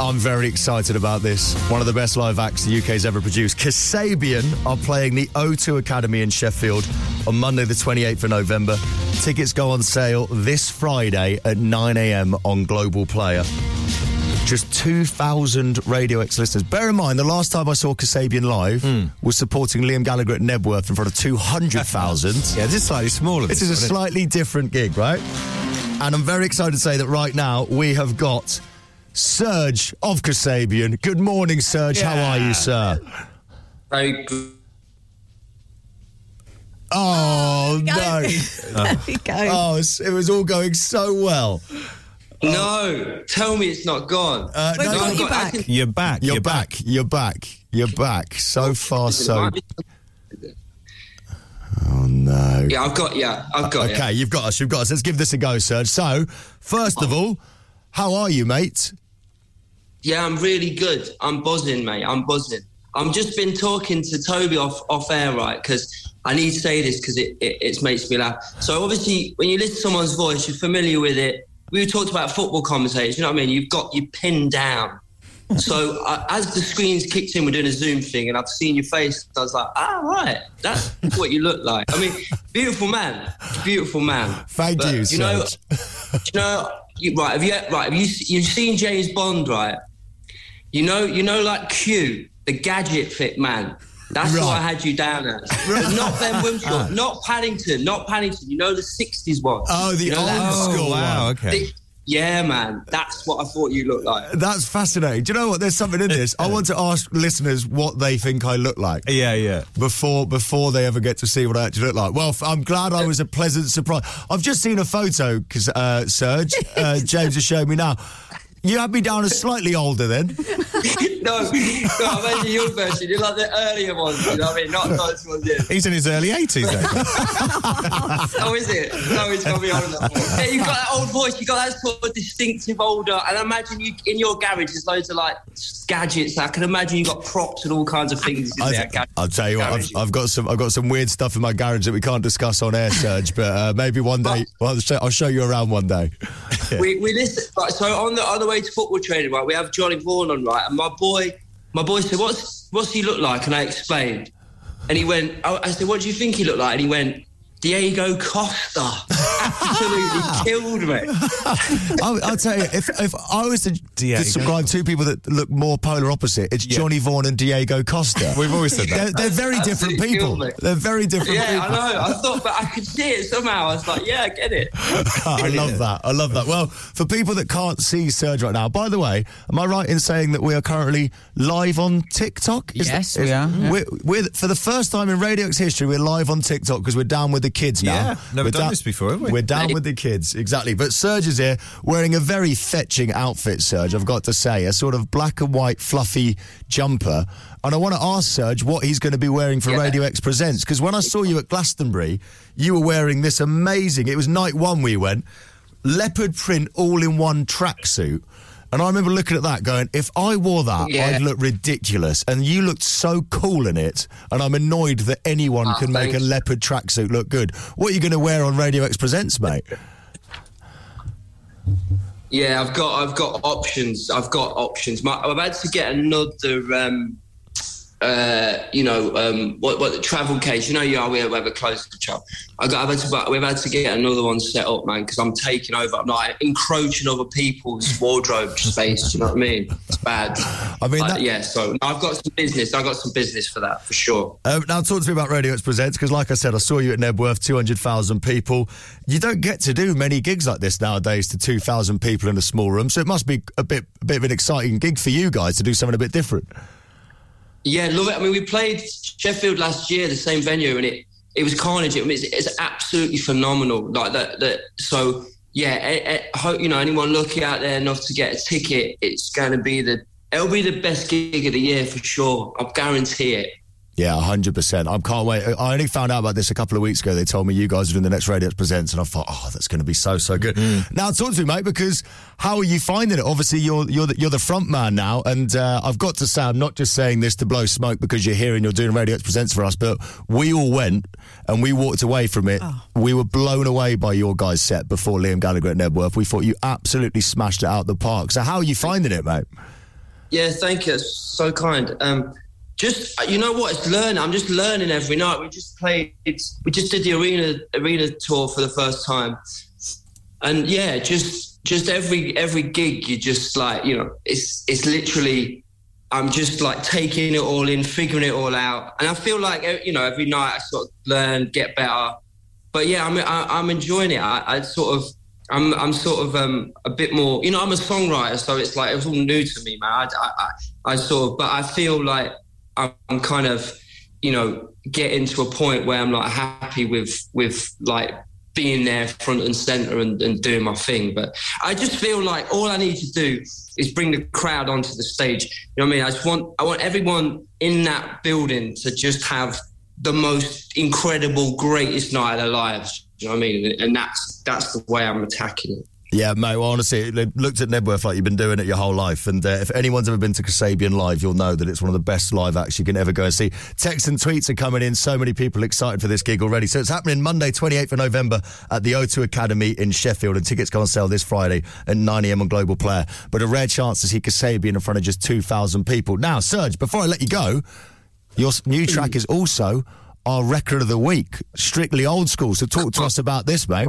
Speaker 3: I'm very excited about this. One of the best live acts the UK's ever produced. Kasabian are playing the O2 Academy in Sheffield on Monday, the 28th of November. Tickets go on sale this Friday at 9 a.m. on Global Player. Just 2,000 Radio X listeners. Bear in mind, the last time I saw Kasabian live was supporting Liam Gallagher at Nebworth in front of 200,000. yeah, this is slightly smaller. This, is
Speaker 4: this
Speaker 3: a
Speaker 4: one, isn't it?
Speaker 3: slightly different gig, right? And I'm very excited to say that right now we have got Serge of Kasabian. Good morning, Serge. How are you, sir?
Speaker 10: Like,
Speaker 3: Oh, no. Oh, it's- it was all going so well.
Speaker 10: no, tell me it's not gone.
Speaker 3: Uh, no,
Speaker 10: I've got- I can-
Speaker 3: You're back. You're, back. You're back. You're back. So far, so. Oh no.
Speaker 10: Yeah, I've got. Yeah, I've got.
Speaker 3: Okay, you've got us. You've got us. Let's give this a go, Serge. So, first of all, how are you, mate?
Speaker 10: Yeah, I'm really good. I'm buzzing, mate. I'm buzzing. I'm just been talking to Toby off off air, right? Because I need to say this because it, it it makes me laugh. So obviously, when you listen to someone's voice, you're familiar with it. We talked about football commentators. You know what I mean? You've got you pinned down. So I, as the screens kicked in, we're doing a Zoom thing, and I've seen your face. I was like, ah, right, that's what you look like. I mean, beautiful man, beautiful man.
Speaker 3: Thank
Speaker 10: But,
Speaker 3: you,
Speaker 10: You know,
Speaker 3: Serge.
Speaker 10: do you know, you, right? Have you right? Have you you've seen James Bond, right? You know, you know, like Q, the gadget fit man. That's what I had you down as. Not Ben Wimshaw, not Paddington, not Paddington. You know the '60s one.
Speaker 3: Oh, the
Speaker 10: You know
Speaker 3: old
Speaker 10: that one?
Speaker 3: school. eh? one.
Speaker 10: The- yeah, man, that's what I thought you looked like.
Speaker 3: That's fascinating. Do you know what? There's something in this. I want to ask listeners what they think I look like. Yeah, yeah. Before before they ever get to see what I actually look like. Well, f- I'm glad I was a pleasant surprise. I've just seen a photo because uh, Serge uh, James has shown me now. You had me down as slightly older then.
Speaker 10: no, no, I meant your version. You're like the earlier ones. You know what I mean? Not those ones. Yeah.
Speaker 4: He's in his early 80s, though.
Speaker 10: Oh, is it? No, it's got me on that one. Yeah, you've got that old voice. You've got that sort of distinctive older. And I imagine you in your garage, there's loads of like gadgets. I can imagine you've got props and all kinds of things in there.
Speaker 3: I,
Speaker 10: gadgets.
Speaker 3: will tell you what, I've, I've got some I've got some weird stuff in my garage that we can't discuss on air, Serge. But uh, maybe one day well, I'll, show, I'll show you around one day.
Speaker 10: we, we listen. Right, so on the on the way to football training, right, we have Johnny Vaughan on, right, and my boy, my boy said, "What's what's he look like?" And I explained, and he went, "Oh," I, I said, "What do you think he looked like?" And he went, "Diego Costa." Absolutely killed me.
Speaker 3: I'll, I'll tell you, if, if I was to
Speaker 10: Diego.
Speaker 3: describe two people that look more polar opposite, it's Johnny Vaughan and Diego Costa.
Speaker 4: We've always said that.
Speaker 3: They're, they're very
Speaker 10: Absolutely
Speaker 3: different people.
Speaker 10: killed me.
Speaker 3: They're very different
Speaker 10: Yeah,
Speaker 3: people.
Speaker 10: I know. I thought, but I could see it somehow. I was like, "Yeah, I get it."
Speaker 3: I love that. I love that. Well, for people that can't see Serge right now, by the way, am I right in saying that we are currently live on TikTok?
Speaker 5: Yes,
Speaker 3: that-
Speaker 5: we are, yeah.
Speaker 3: We're, we're- for the first time in Radio X history, we're live on TikTok because we're down with the kids now.
Speaker 4: Yeah, never
Speaker 3: We're
Speaker 4: done this before, have we?
Speaker 3: We're down with the kids, exactly. But Serge is here wearing a very fetching outfit, Serge, I've got to say. A sort of black and white fluffy jumper. And I want to ask Serge what he's going to be wearing for Radio X Presents because when I saw you at Glastonbury, you were wearing this amazing, it was night one we went, leopard print all in one tracksuit. And I remember looking at that going, if I wore that,
Speaker 10: Yeah.
Speaker 3: I'd look ridiculous. And you looked so cool in it. And I'm annoyed that anyone
Speaker 10: Ah,
Speaker 3: can make a
Speaker 10: thanks.
Speaker 3: leopard tracksuit look good. What are you going to wear on Radio X Presents, mate?
Speaker 10: Yeah, I've got I've got options. I've got options. My, I've had to get another, um, uh, you know, um, what what the travel case. You know, you are we have a closed the travel. I got I've had to but we've had to get another one set up, man, because I'm taking over. I'm not encroaching other people's wardrobe space. do you know what I mean? It's bad. I
Speaker 3: mean, that-
Speaker 10: yeah. So no, I've got some business. I've got some business for that for sure.
Speaker 3: Um, now, talk to me about Radio X Presents because, like I said, I saw you at Nebworth, 200,000 people. You don't get to do many gigs like this nowadays to 2,000 people in a small room. So it must be a bit, a bit of an exciting gig for you guys to do something a bit different.
Speaker 10: Yeah, love it. I mean, we played Sheffield last year, the same venue, and it it was carnage. I mean, it's, it's absolutely phenomenal. Like that, that. So yeah, eh, eh, hope you know anyone lucky out there enough to get a ticket. It's going to be the it'll be the best gig of the year for sure. I guarantee it.
Speaker 3: Yeah, hundred percent. I can't wait. I only found out about this a couple of weeks ago. They told me you guys are doing the next Radio Presents, and I thought, oh, that's going to be so so good. Now talk to me, mate, because how are you finding it? Obviously, you're you're the, you're the front man now, and uh, I've got to say, I'm not just saying this to blow smoke because you're here and you're doing Radio Presents for us, but we all went and we walked away from it. We were blown away by your guys' set before Liam Gallagher at Nebworth. We thought you absolutely smashed it out of the park. So how are you finding it, mate?
Speaker 10: Yeah, thank you. It's so kind. Um, just you know what? It's learning. I'm just learning every night. We just played. It's, we just did the arena arena tour for the first time, and yeah, just just every every gig, you just like you know, it's it's literally. I'm just like taking it all in, figuring it all out, and I feel like eh, you know every night I sort of learn, get better. But yeah, I'm I, I'm enjoying it. I, I sort of I'm I'm sort of um, a bit more, you know, I'm a songwriter, so it's like it's all new to me, man. I, I, I, I sort of, but I feel like I'm, I'm kind of, you know, getting to a point where I'm like happy with with like being there front and center and, and doing my thing. But I just feel like all I need to do is bring the crowd onto the stage. You know what I mean? I just want I want everyone in that building to just have the most incredible, greatest night of their lives. You know what I mean? And that's that's the way I'm attacking it.
Speaker 3: Yeah, mate. Well, honestly, it looked at Nebworth like you've been doing it your whole life. And uh, if anyone's ever been to Kasabian live, you'll know that it's one of the best live acts you can ever go and see. Texts and tweets are coming in. So many people excited for this gig already. So it's happening Monday, 28th of November at the O2 Academy in Sheffield. And tickets go on sale this Friday at 9 a.m. on Global Player. But a rare chance to see Kasabian in front of just 2,000 people. Now, Serge, before I let you go, your s- new track is also our record of the week, strictly old school. So talk to us about this, mate.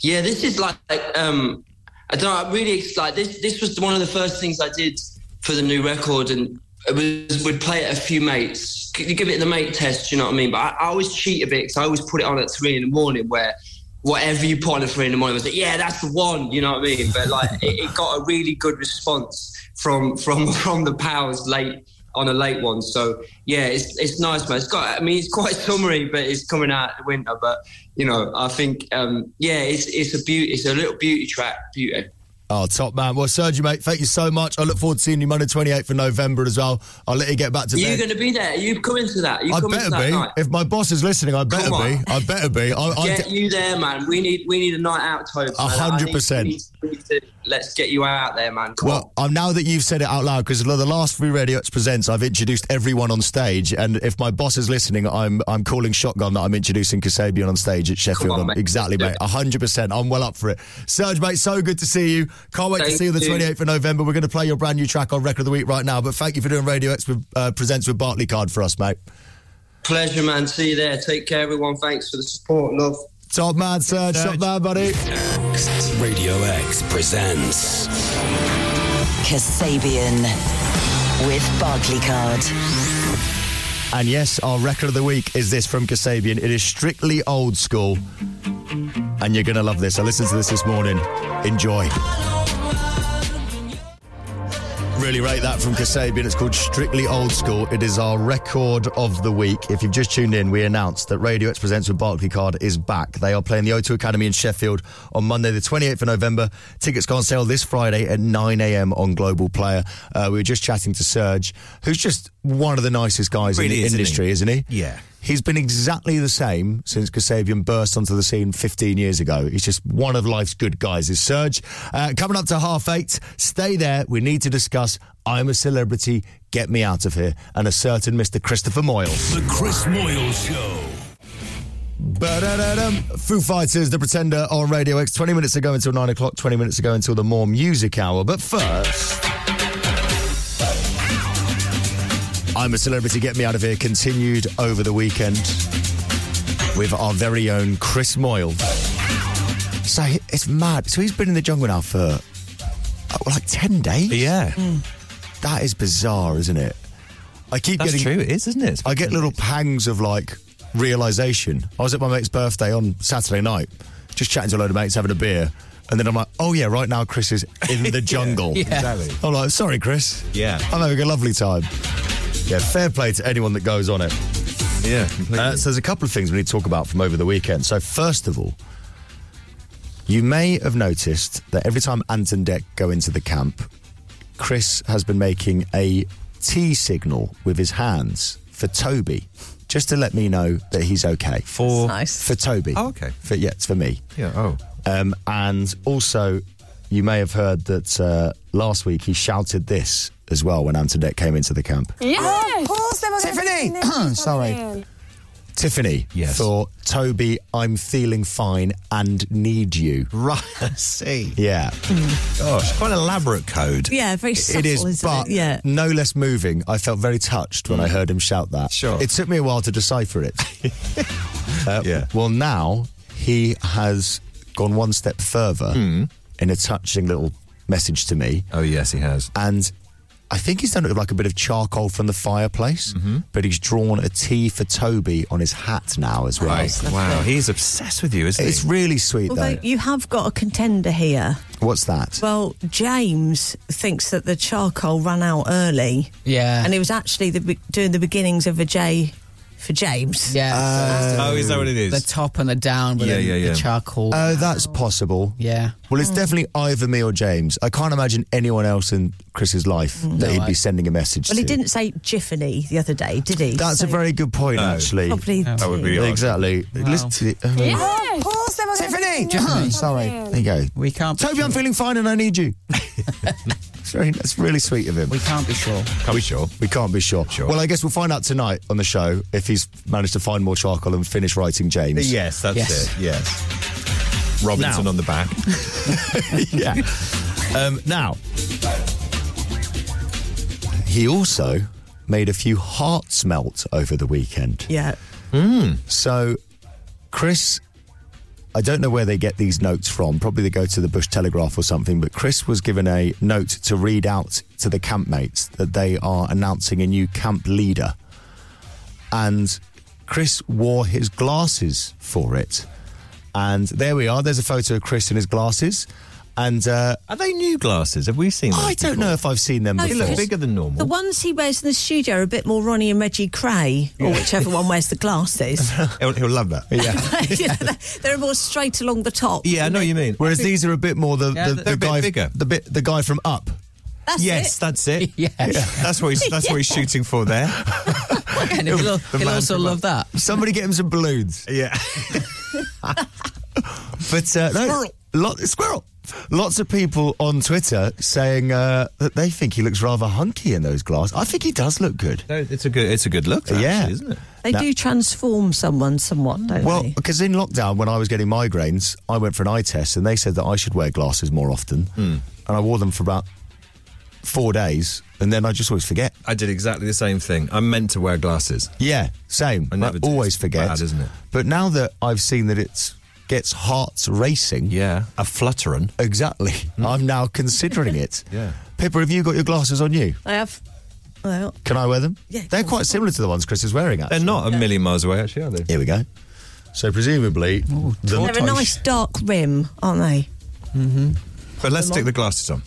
Speaker 10: Yeah, this is like, like, um, I don't know, I really it's like this. This was one of the first things I did for the new record, and it was would play it a few mates. You give it the mate test, you know what I mean? But I, I always cheat a bit because I always put it on at three in the morning, where whatever you put on at three in the morning was like, yeah, that's the one, you know what I mean? But like, it, it got a really good response from from from the pals late on a late one. So yeah, it's it's nice, man. It's got, I mean, it's quite summery, but it's coming out the winter. But you know, I think um, yeah, it's it's a beauty, it's a little beauty track, beauty.
Speaker 3: Oh, top man. Well, Sergio, mate, thank you so much. I look forward to seeing you Monday, 28th of November as well. I'll let you get back to
Speaker 10: Are you
Speaker 3: bed.
Speaker 10: going to be there? Are you coming to that? Are you
Speaker 3: I
Speaker 10: coming
Speaker 3: better
Speaker 10: to that
Speaker 3: be.
Speaker 10: night?
Speaker 3: If my boss is listening, I better
Speaker 10: Come
Speaker 3: be.
Speaker 10: on.
Speaker 3: I better be. I, I
Speaker 10: get you there, man. We need we need a night out, Toby.
Speaker 3: A hundred percent.
Speaker 10: Let's get you out there, man. Come on.
Speaker 3: well, I'm now that you've said it out loud because the last three Radio X presents, I've introduced everyone on stage, and if my boss is listening, I'm I'm calling shotgun that I'm introducing Kasabian on stage at Sheffield.
Speaker 10: on,
Speaker 3: on-
Speaker 10: mate.
Speaker 3: Exactly,
Speaker 10: Do
Speaker 3: mate. hundred percent. I'm well up for it. Serge, mate, so good to see you. Can't wait to
Speaker 10: Thank
Speaker 3: see you the
Speaker 10: you.
Speaker 3: 28th of November. We're going to play your brand new track on Record of the Week right now. But thank you for doing Radio X with, uh, presents with Bartley Card for us, mate.
Speaker 10: Pleasure, man. See you there. Take care, everyone. Thanks for the support. Love.
Speaker 3: Top man, Serge. Top man, buddy.
Speaker 1: Radio X presents
Speaker 2: Kasabian with Barclaycard.
Speaker 3: And yes, our record of the week is this from Kasabian. It is strictly old school. And you're going to love this. I listened to this this morning. Enjoy. Really rate that from Kasabian. It's called Strictly Old School. It is our record of the week. If you've just tuned in, we announced that Radio X Presents with Barclaycard is back. They are playing the O2 Academy in Sheffield on Monday, the 28th of November. Tickets go on sale this Friday at 9 a.m. on Global Player. Uh, we were just chatting to Serge, who's just one of the nicest guys
Speaker 4: Really
Speaker 3: in the
Speaker 4: is, isn't he?
Speaker 3: industry, isn't he?
Speaker 4: Yeah.
Speaker 3: He's been exactly the same since Kasabian burst onto the scene 15 years ago. He's just one of life's good guys, is Serge. Uh, coming up to half eight, stay there. We need to discuss I'm a Celebrity, Get Me Out of Here, and a certain Mr. Christopher Moyle.
Speaker 13: The Chris Moyle Show.
Speaker 3: Ba-da-da-dum. Foo Fighters, The Pretender on Radio X. 20 minutes ago until 9 o'clock, 20 minutes ago until the more music hour. But first. I'm a Celebrity, Get Me Out of Here continued over the weekend with our very own Chris Moyle. So he- it's mad. So he's been in the jungle now for uh, like 10 days? Yeah. That is bizarre, isn't it? I keep
Speaker 4: That's
Speaker 3: getting.
Speaker 4: true, it is, isn't it?
Speaker 3: I get little pangs of like realization. I was at my mate's birthday on Saturday night, just chatting to a load of mates, having a beer. And then I'm like, oh yeah, right now Chris is in the jungle.
Speaker 4: Yeah. Exactly.
Speaker 3: I'm like, sorry, Chris.
Speaker 4: Yeah.
Speaker 3: I'm having a lovely time. Yeah, fair play to anyone that goes on it.
Speaker 4: Yeah.
Speaker 3: Uh, so there's a couple of things we need to talk about from over the weekend. So first of all, You may have noticed that every time Ant and Deck go into the camp, Chris has been making a T signal with his hands for Toby, just to let me know that he's okay.
Speaker 4: For
Speaker 3: for Toby.
Speaker 4: Oh, okay.
Speaker 3: For yeah, it's for me.
Speaker 4: Yeah. Oh.
Speaker 3: Um, and also, you may have heard that uh, last week he shouted this as well when Ant and Deck came into the camp.
Speaker 14: Yes! Of course, there was Tiffany!
Speaker 3: Sorry. Tiffany
Speaker 4: Yes.
Speaker 3: for Toby, I'm feeling fine and need you.
Speaker 4: Right, I see.
Speaker 3: Yeah.
Speaker 4: Gosh, quite an elaborate code.
Speaker 6: Yeah, very
Speaker 3: It
Speaker 6: subtle,
Speaker 3: is,
Speaker 6: isn't
Speaker 3: but
Speaker 6: it? Yeah.
Speaker 3: no less moving. I felt very touched when I heard him shout that.
Speaker 4: Sure.
Speaker 3: It took me a while to decipher it. uh, yeah. Well, now he has gone one step further in a touching little message to me.
Speaker 4: Oh, yes, he has.
Speaker 3: And I think he's done it with like a bit of charcoal from the fireplace, but he's drawn a T for Toby on his hat now as well.
Speaker 4: Wow, he's obsessed with you, isn't
Speaker 3: It's
Speaker 4: he?
Speaker 3: really sweet,
Speaker 6: Although
Speaker 3: though.
Speaker 6: you have got a contender here.
Speaker 3: What's that?
Speaker 6: Well, James thinks that the charcoal ran out early.
Speaker 5: Yeah.
Speaker 6: And it was actually the, be- doing the beginnings of a J for James.
Speaker 5: Yeah.
Speaker 3: Uh,
Speaker 4: Oh, is that what it is?
Speaker 5: The top and the down with
Speaker 4: Yeah,
Speaker 5: the,
Speaker 4: yeah, yeah.
Speaker 5: the charcoal.
Speaker 3: Oh, that's possible.
Speaker 5: Yeah.
Speaker 3: Well,
Speaker 6: Hmm.
Speaker 3: it's definitely either me or James. I can't imagine anyone else in Chris's life that he'd be sending a message
Speaker 6: Hmm. Well,
Speaker 3: to.
Speaker 6: he didn't say Jiffany the other day, did he?
Speaker 3: That's a
Speaker 6: So-
Speaker 3: very good point,
Speaker 4: No.
Speaker 3: actually.
Speaker 6: Probably Hmm. That would
Speaker 4: be odd.
Speaker 3: exactly. Listen to the, uh,
Speaker 14: Yes! Of course, there was
Speaker 3: Tiffany! Sorry. There you go.
Speaker 5: We can't.
Speaker 3: Toby, I'm feeling fine and I need you. It's very- That's really sweet of him.
Speaker 5: We can't be sure.
Speaker 4: Can't be sure.
Speaker 3: We can't be sure. Well, I guess we'll find out tonight on the show if he's managed to find more charcoal and finish writing James.
Speaker 4: Yes, that's
Speaker 3: Yes.
Speaker 4: it. Yes. Robinson on the back.
Speaker 3: yeah. Um, now, he also made a few hearts melt over the weekend.
Speaker 6: Yeah.
Speaker 3: So, Chris, I don't know where they get these notes from. Probably they go to the Bush Telegraph or something. But Chris was given a note to read out to the campmates that they are announcing a new camp leader. And Chris wore his glasses for it. And there we are. There's a photo of Chris in his glasses. And uh,
Speaker 4: Are they new glasses? Have we seen them?
Speaker 3: I don't know if I've seen them
Speaker 6: No,
Speaker 3: before.
Speaker 4: They look bigger than normal.
Speaker 6: The ones he wears in the studio are a bit more Ronnie and Reggie Cray, or whichever one wears the glasses.
Speaker 4: He'll, he'll love that.
Speaker 3: Yeah.
Speaker 6: You know, they're- they're more straight along the top.
Speaker 4: Yeah, I know what you mean.
Speaker 3: Whereas these are a bit more the,
Speaker 4: Yeah,
Speaker 3: the,
Speaker 4: they're
Speaker 3: the
Speaker 4: a bit
Speaker 3: guy
Speaker 4: bigger.
Speaker 3: the bit the guy from Up.
Speaker 6: That's
Speaker 4: yes,
Speaker 6: it.
Speaker 4: that's it.
Speaker 5: Yeah.
Speaker 4: That's what he's that's what he's shooting for there.
Speaker 5: And he'll, he'll
Speaker 4: man
Speaker 5: also
Speaker 4: from-
Speaker 5: love that.
Speaker 3: Somebody get him some balloons.
Speaker 4: Yeah.
Speaker 3: But uh, no,
Speaker 4: Squirrel.
Speaker 3: Lot, squirrel. Lots of people on Twitter saying uh, that they think he looks rather hunky in those glasses. I think he does look good.
Speaker 4: No, it's a good it's a good look, actually,
Speaker 3: Yeah.
Speaker 4: isn't it?
Speaker 6: They
Speaker 3: No.
Speaker 6: do transform someone somewhat, don't
Speaker 3: Well, uh,
Speaker 6: they?
Speaker 3: because in lockdown, when I was getting migraines, I went for an eye test and they said that I should wear glasses more often. And I wore them for about four days and then I just always forget.
Speaker 4: I did exactly the same thing. I'm meant to wear glasses.
Speaker 3: Yeah, same.
Speaker 4: I
Speaker 3: I,
Speaker 4: never did.
Speaker 3: always
Speaker 4: It's
Speaker 3: forget.
Speaker 4: bad, isn't it?
Speaker 3: But now that I've seen that it's gets hearts racing,
Speaker 4: Yeah. A flutterin'.
Speaker 3: exactly, I'm now considering it.
Speaker 4: Yeah.
Speaker 3: Pippa, have you got your glasses on you?
Speaker 6: I have. Well,
Speaker 3: Can I wear them?
Speaker 6: Yeah,
Speaker 3: They're
Speaker 6: go
Speaker 3: quite similar to the ones Chris is wearing, actually.
Speaker 4: They're not a million miles away, actually, are they?
Speaker 3: Here we go. So, presumably, the
Speaker 6: they're a nice dark rim, aren't they?
Speaker 4: But let's stick the glasses on.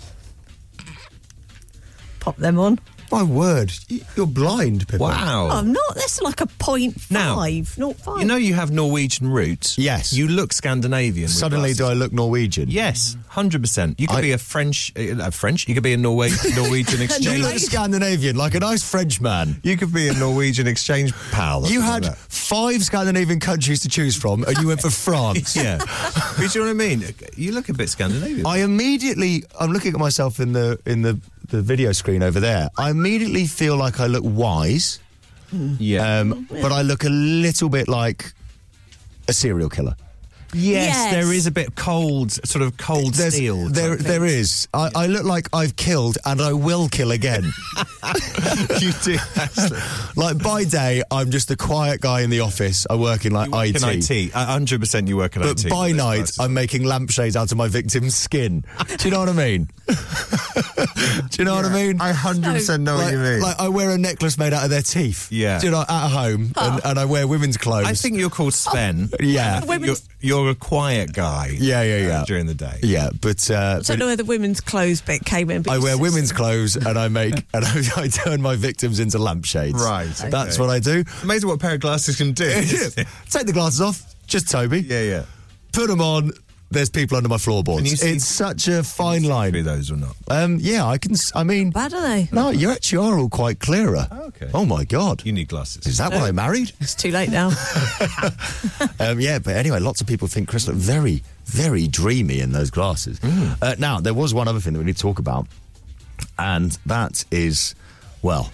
Speaker 6: Pop them on.
Speaker 3: My word, y- you're blind, Pippa.
Speaker 4: Wow.
Speaker 6: I'm not. That's like a point
Speaker 4: Now,
Speaker 6: five, not five.
Speaker 4: You know you have Norwegian roots.
Speaker 3: Yes.
Speaker 4: You look Scandinavian. with
Speaker 3: Suddenly,
Speaker 4: glasses.
Speaker 3: do I look Norwegian?
Speaker 4: Yes, hundred percent. You could
Speaker 3: I-
Speaker 4: be a French, uh, a French. You could be a Norway, Norwegian
Speaker 3: You
Speaker 4: exchange.
Speaker 3: look Scandinavian, like a nice Frenchman.
Speaker 4: You could be a Norwegian exchange pal. or
Speaker 3: You
Speaker 4: something
Speaker 3: had
Speaker 4: like
Speaker 3: five Scandinavian countries to choose from, and you went for France.
Speaker 4: that. yeah. but do you know what I mean? You look a bit Scandinavian.
Speaker 3: I immediately I'm looking at myself in the in the, the video screen over there. I immediately feel like I look wise,
Speaker 4: yeah.
Speaker 3: um, but I look a little bit like a serial killer.
Speaker 4: yes,
Speaker 6: Yes.
Speaker 4: there is a bit cold, sort of cold
Speaker 3: There's-
Speaker 4: steel.
Speaker 3: there, there is. I, I look like I've killed and I will kill again.
Speaker 4: you do.
Speaker 3: like by day, I'm just the quiet guy in the office. I work in like
Speaker 4: In IT, hundred percent, you work in
Speaker 3: But
Speaker 4: IT.
Speaker 3: by
Speaker 4: Those
Speaker 3: night,
Speaker 4: glasses.
Speaker 3: I'm making lampshades out of my victim's skin. Do you know what I mean? Do you know what I mean? I
Speaker 6: 100%
Speaker 3: know what you mean. Like, I wear a necklace made out of their teeth.
Speaker 4: Yeah.
Speaker 3: Do you know, at home, and, and I wear women's clothes.
Speaker 4: I think you're called Sven.
Speaker 3: Yeah.
Speaker 4: I think You're, you're a quiet guy.
Speaker 3: Yeah, yeah,
Speaker 4: uh,
Speaker 3: yeah.
Speaker 4: during the day.
Speaker 3: Yeah, but. Uh,
Speaker 6: I don't know where the women's clothes bit came in. But
Speaker 3: I
Speaker 6: you
Speaker 3: wear
Speaker 6: said-
Speaker 3: women's clothes and I make and I, I turn my victims into lampshades.
Speaker 4: Right,
Speaker 3: That's
Speaker 4: okay.
Speaker 3: what I do.
Speaker 4: Amazing what a pair of glasses can do.
Speaker 3: Take the glasses off, just Toby.
Speaker 4: yeah, yeah.
Speaker 3: Put them on. there's people under my floorboards. it's such a fine line.
Speaker 4: those or not?
Speaker 3: Um, yeah, I can. s- I mean,
Speaker 6: bad are they?
Speaker 3: No, you actually are all quite clearer.
Speaker 4: okay.
Speaker 3: Oh my god.
Speaker 4: You need glasses.
Speaker 3: Is that why I married?
Speaker 6: It's too late now.
Speaker 3: um, yeah, but anyway, lots of people think Chris looked very, very dreamy in those glasses. Uh, now, there was one other thing that we need to talk about, and that is, well,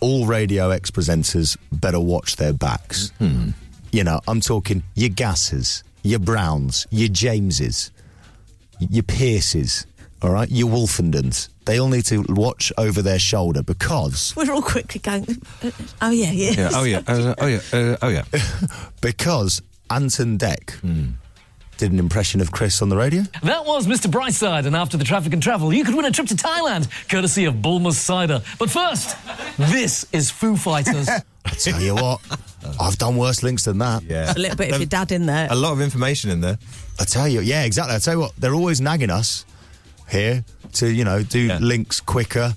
Speaker 3: all Radio X presenters better watch their backs. You know, I'm talking your Gasses, your Browns, your Jameses, your Pierces, all right, your Wolfendens. They all need to watch over their shoulder because
Speaker 6: We're all quickly going. uh, Oh yeah, yeah.
Speaker 4: Uh, oh yeah. Uh, oh yeah.
Speaker 3: because Anton Deck did an impression of Chris on the radio.
Speaker 15: That was Mr. Brightside, and after the traffic and travel, you could win a trip to Thailand, courtesy of Bulmer's Cider. But first, this is Foo Fighters.
Speaker 3: I tell you what, I've done worse links than that. Yeah,
Speaker 6: A little bit of your dad in there.
Speaker 3: lot of information in there. I tell you, yeah, exactly. I tell you what, they're always nagging us here to you know do links quicker,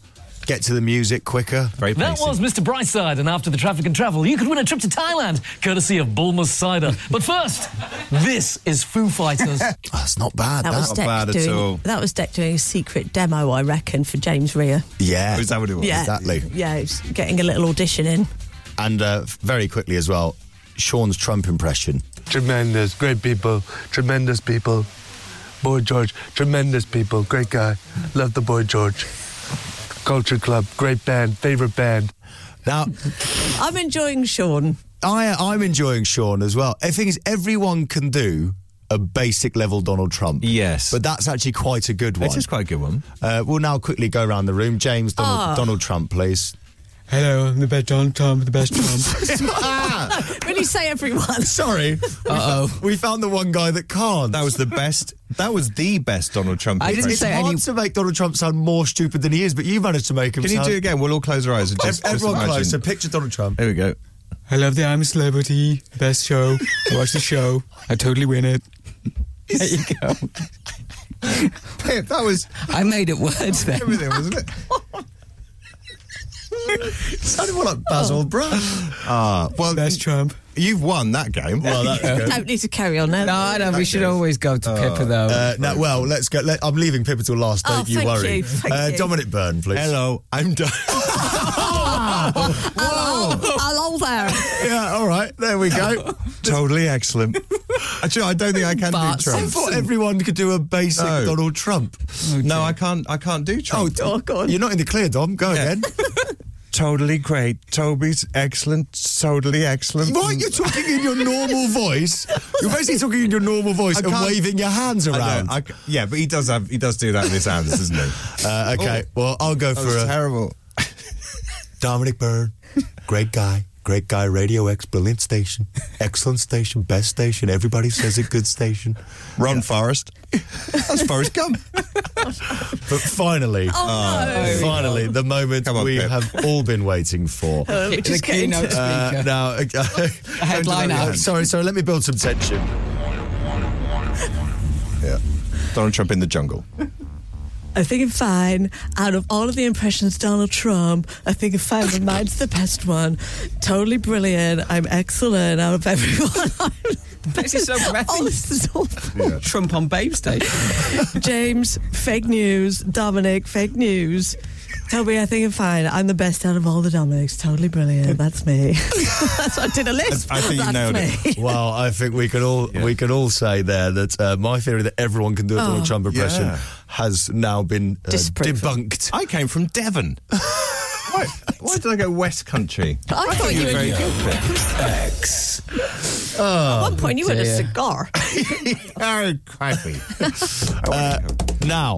Speaker 3: get to the music quicker. Very
Speaker 15: that was Mr. Brightside, and after the traffic and travel, you could win a trip to Thailand, courtesy of Bulmer's Cider. But first, this is Foo Fighters.
Speaker 3: That's not bad.
Speaker 6: That was Deck doing. That was Deck doing a secret demo, I reckon, for James Rea.
Speaker 3: Yeah,
Speaker 4: is that what it was?
Speaker 6: Yeah,
Speaker 3: exactly.
Speaker 6: Yeah, it's getting a little audition in.
Speaker 3: And uh, very quickly as well, Sean's Trump impression.
Speaker 16: Tremendous, great people, tremendous people. Boy George, tremendous people, great guy. Love the Boy George. Culture Club, great band, favorite band.
Speaker 3: Now,
Speaker 6: I'm enjoying Sean.
Speaker 3: I I'm enjoying Sean as well. The thing is, everyone can do a basic level Donald Trump. Yes, but that's actually quite a good one.
Speaker 4: This is quite a good one.
Speaker 3: Uh, we'll now quickly go around the room. James, Donald,
Speaker 6: Ah.
Speaker 3: Donald Trump, please.
Speaker 17: Hello, I'm the best Donald Trump, the best Trump.
Speaker 6: when you say everyone,
Speaker 3: sorry.
Speaker 4: Uh
Speaker 3: oh. We found the one guy that can't.
Speaker 4: That was the best. That was the best Donald Trump.
Speaker 3: I didn't
Speaker 4: impression.
Speaker 3: say any... to make Donald Trump sound more stupid than he is, but you managed to make him.
Speaker 4: Can you
Speaker 3: sound...
Speaker 4: do it again? We'll all close our eyes and just, just
Speaker 3: Everyone
Speaker 4: imagine.
Speaker 3: close. So picture Donald Trump.
Speaker 4: There we go.
Speaker 17: I love the I'm a Celebrity, best show. Watch the show. I totally win it. There you go.
Speaker 4: that was.
Speaker 5: I made it words then.
Speaker 4: Everything, wasn't it?
Speaker 3: sounded more like Basil Brush.
Speaker 4: Ah, well,
Speaker 17: best Trump.
Speaker 4: Oh. You've won that game. Well, that's good.
Speaker 6: don't need to carry on now.
Speaker 5: No, I know. We should always go to Pippa, though.
Speaker 3: Uh, no, well, let's go. Let, I'm leaving Pippa till last.
Speaker 5: Oh,
Speaker 3: Don't you
Speaker 5: thank
Speaker 3: worry.
Speaker 5: you, thank
Speaker 3: uh,
Speaker 5: you.
Speaker 3: Dominic Byrne, please.
Speaker 4: Hello, I'm done.
Speaker 6: Hello there.
Speaker 3: yeah, all right. There we go.
Speaker 4: totally excellent. Actually, I don't think I can
Speaker 3: I
Speaker 4: do Trump.
Speaker 3: thought everyone could do a basic
Speaker 4: No.
Speaker 3: Donald Trump.
Speaker 4: No, I can't. I can't do Trump.
Speaker 6: Oh, God.
Speaker 3: You're not in the clear, Dom. Go again.
Speaker 4: Totally great. Toby's excellent. Totally excellent.
Speaker 3: Right, you're talking in your normal voice. You're basically talking in your normal voice
Speaker 4: I
Speaker 3: and
Speaker 4: can't-
Speaker 3: waving your hands
Speaker 4: I know,
Speaker 3: around.
Speaker 4: I c- yeah, but he does have. He does do that in his hands, doesn't he?
Speaker 3: Uh, okay,
Speaker 4: Oh,
Speaker 3: well, I'll go
Speaker 4: that
Speaker 3: for
Speaker 4: was
Speaker 3: a
Speaker 4: terrible.
Speaker 3: Dominic Byrne, great guy, great guy, Radio X, brilliant station, excellent station, best station. Everybody says it, good station.
Speaker 4: Ron Forrest. That's Forrest Gump.
Speaker 3: But finally,
Speaker 6: Oh.
Speaker 3: finally, the moment
Speaker 4: on,
Speaker 3: we
Speaker 4: Pip.
Speaker 3: have all been waiting for.
Speaker 6: Uh, which is
Speaker 5: the keynote
Speaker 6: good.
Speaker 3: Uh,
Speaker 5: speaker.
Speaker 3: now,
Speaker 5: A headline
Speaker 3: Uh,
Speaker 5: out.
Speaker 3: sorry, sorry. Let me build some tension.
Speaker 4: Donald Trump in the jungle.
Speaker 6: I think I'm fine. Out of all of the impressions, of Donald Trump, I think I'm fine. but Mine's the best one. Totally brilliant. I'm excellent. Out of everyone, I'm the
Speaker 5: This is so
Speaker 6: best.
Speaker 5: graphic.
Speaker 6: Oh, this is awful.
Speaker 5: Trump on Babes Day.
Speaker 6: James, fake news. Dominic, fake news. Toby, I think I'm fine. I'm the best out of all the Dominics. Totally brilliant. That's me. That's what I did a list.
Speaker 4: I- I think you
Speaker 6: That's
Speaker 4: nailed
Speaker 6: me.
Speaker 4: it.
Speaker 3: Well, I think we can all we can all say there that uh, my theory that everyone can do a Donald
Speaker 6: Oh.
Speaker 3: Trump impression
Speaker 4: Yeah.
Speaker 3: has now been uh,
Speaker 6: Disproven.
Speaker 3: debunked.
Speaker 4: I came from Devon. why, why did I go West Country?
Speaker 6: I thought you were.
Speaker 18: X.
Speaker 6: At one point, you had a
Speaker 5: dear.
Speaker 6: cigar.
Speaker 4: Oh, crikey.
Speaker 3: Uh, now,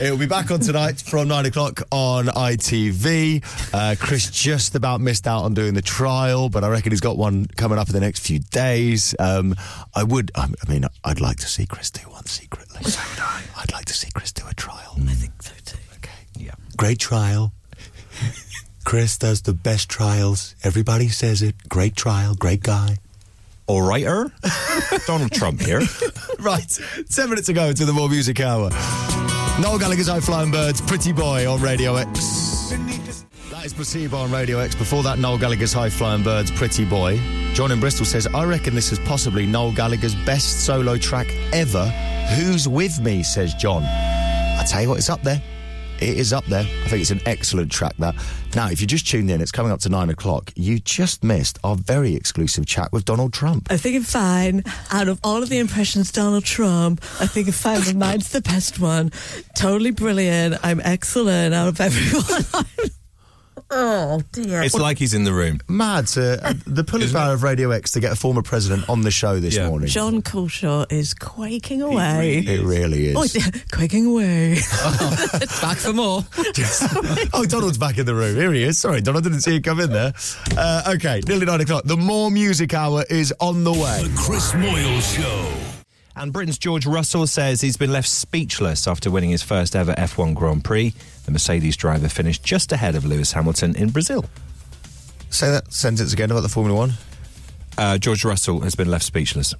Speaker 3: it will be back on tonight from nine o'clock on ITV. Uh, Chris just about missed out on doing the trial, but I reckon he's got one coming up in the next few days. Um, I would, I mean, I'd like to see Chris do one secretly. So would I. Hmm. I'd like to see Chris do a trial. I think so too. Okay. Yeah. Great trial. Chris does the best trials. Everybody says it. Great trial. Great guy.
Speaker 4: All righter. Donald Trump here.
Speaker 3: Right, 10 minutes ago to the More Music Hour. Noel Gallagher's I Flying Birds, Pretty Boy on Radio X. That is Placebo on Radio X. Before that, Noel Gallagher's High Flying Birds, Pretty Boy. John in Bristol says, I reckon this is possibly Noel Gallagher's best solo track ever Who's with me? Says John. I tell you what, it's up there. It is up there. I think it's an excellent track. That now, if you just tuned in, it's coming up to nine o'clock. You just missed our very exclusive chat with Donald Trump.
Speaker 6: I think I'm fine. Out of all of the impressions, Donald Trump, I think I'm fine. But mine's the best one. Totally brilliant. I'm excellent out of everyone. oh, dear.
Speaker 4: It's like he's in the room.
Speaker 3: Mad to uh, the pulling power of Radio X to get a former president on the show this morning.
Speaker 6: John Culshaw is quaking away.
Speaker 3: It really is.
Speaker 6: Oh, yeah, quaking away.
Speaker 5: Back for more.
Speaker 3: oh, Donald's back in the room. Here he is. Sorry, Donald, didn't see you come in there. Uh, okay, nearly nine o'clock. The More Music Hour is on the way. The
Speaker 1: Chris Moyle Show.
Speaker 4: And Britain's George Russell says he's been left speechless after winning his first ever F1 Grand Prix. The Mercedes driver finished just ahead of Lewis Hamilton in Brazil.
Speaker 3: Say that sentence again about the Formula One.
Speaker 4: Uh, George Russell has been left speechless.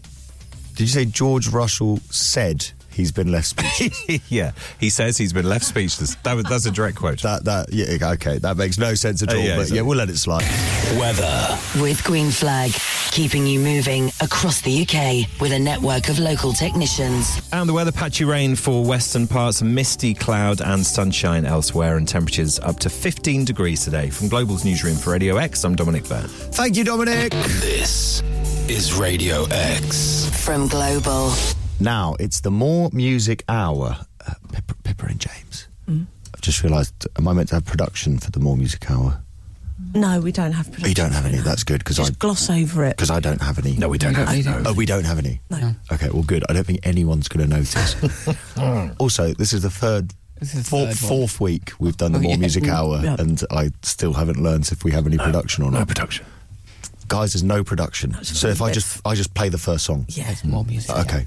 Speaker 3: Did you say George Russell said he's been left speechless?
Speaker 4: yeah, he says he's been left speechless. That was, that's a direct quote.
Speaker 3: That that yeah okay that makes no sense at
Speaker 4: Uh,
Speaker 3: all.
Speaker 4: yeah,
Speaker 3: but
Speaker 4: exactly.
Speaker 3: yeah, we'll let it slide.
Speaker 1: Weather.
Speaker 2: With Green Flag, keeping you moving across the UK with a network of local technicians.
Speaker 4: And the weather patchy rain for western parts, misty cloud and sunshine elsewhere, and temperatures up to 15 degrees today. From Global's newsroom for Radio X, I'm Dominic Byrne.
Speaker 3: Thank you, Dominic.
Speaker 19: This is Radio X.
Speaker 2: From Global.
Speaker 3: Now it's the More Music Hour. Uh, Pippa, Pippa and James.
Speaker 6: Mm.
Speaker 3: I've just realised. Am I meant to have production for the More Music Hour?
Speaker 6: No, we don't have production.
Speaker 3: You don't have any. That's good because I
Speaker 6: Just gloss over it.
Speaker 3: because I don't have any. No, we
Speaker 6: don't have I any. don't.
Speaker 3: Oh, we don't have any.
Speaker 6: No.
Speaker 3: Okay, well, good. I don't think anyone's going to notice. also, this is the third. four-
Speaker 6: third one.
Speaker 3: fourth week we've done the
Speaker 6: Oh,
Speaker 3: More
Speaker 6: yeah.
Speaker 3: Music Hour,
Speaker 6: Yeah.
Speaker 3: and I still haven't learned if we have any production or not. No production, guys. There's no production. so if I just I just play the first song.
Speaker 6: Yeah,
Speaker 5: more music.
Speaker 3: Okay.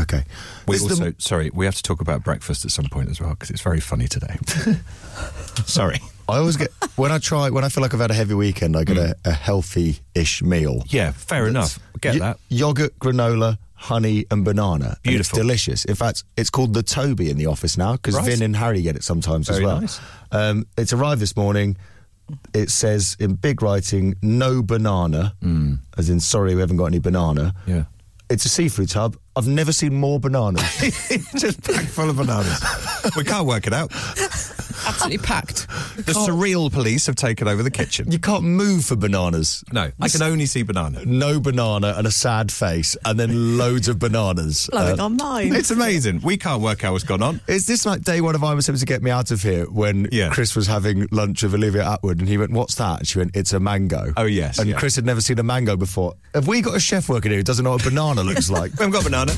Speaker 3: Okay.
Speaker 4: We
Speaker 3: This is the-
Speaker 4: also, sorry, we have to talk about breakfast at some point as well because it's very funny today. sorry.
Speaker 3: I always get when I try when I feel like I've had a heavy weekend, I get a, a healthy-ish meal.
Speaker 4: Mm. Yeah, fair enough. Get
Speaker 3: Yo-
Speaker 4: that.
Speaker 3: Yogurt, granola, honey, and banana. And
Speaker 4: Beautiful.
Speaker 3: it's delicious. In fact, it's called the Toby in the office now because
Speaker 4: Right.
Speaker 3: Vin and Harry get it sometimes as
Speaker 4: Very
Speaker 3: well.
Speaker 4: nice.
Speaker 3: Um, it's arrived this morning. It says in big writing, no banana, as in, sorry, we haven't got any banana.
Speaker 4: Mm. Yeah.
Speaker 3: It's a seafood tub. I've never seen more bananas. Just packed full of bananas.
Speaker 4: we can't work it out.
Speaker 5: Absolutely packed.
Speaker 4: The surreal police have taken over the kitchen.
Speaker 3: You can't move for bananas.
Speaker 4: No, I can only see banana.
Speaker 3: No banana and a sad face, and then loads of bananas.
Speaker 6: Blowing
Speaker 3: Uh,
Speaker 6: on mine.
Speaker 4: It's amazing. We can't work out what's gone on.
Speaker 3: Is this like day one of I'm attempting to get me out of here when
Speaker 4: Yeah.
Speaker 3: Chris was having lunch with Olivia Atwood and he went, What's that? And she went, It's a mango.
Speaker 4: Oh, yes,
Speaker 3: And
Speaker 4: yeah.
Speaker 3: Chris had never seen a mango before. Have we got a chef working here who doesn't know what a banana looks like?
Speaker 4: We haven't got banana.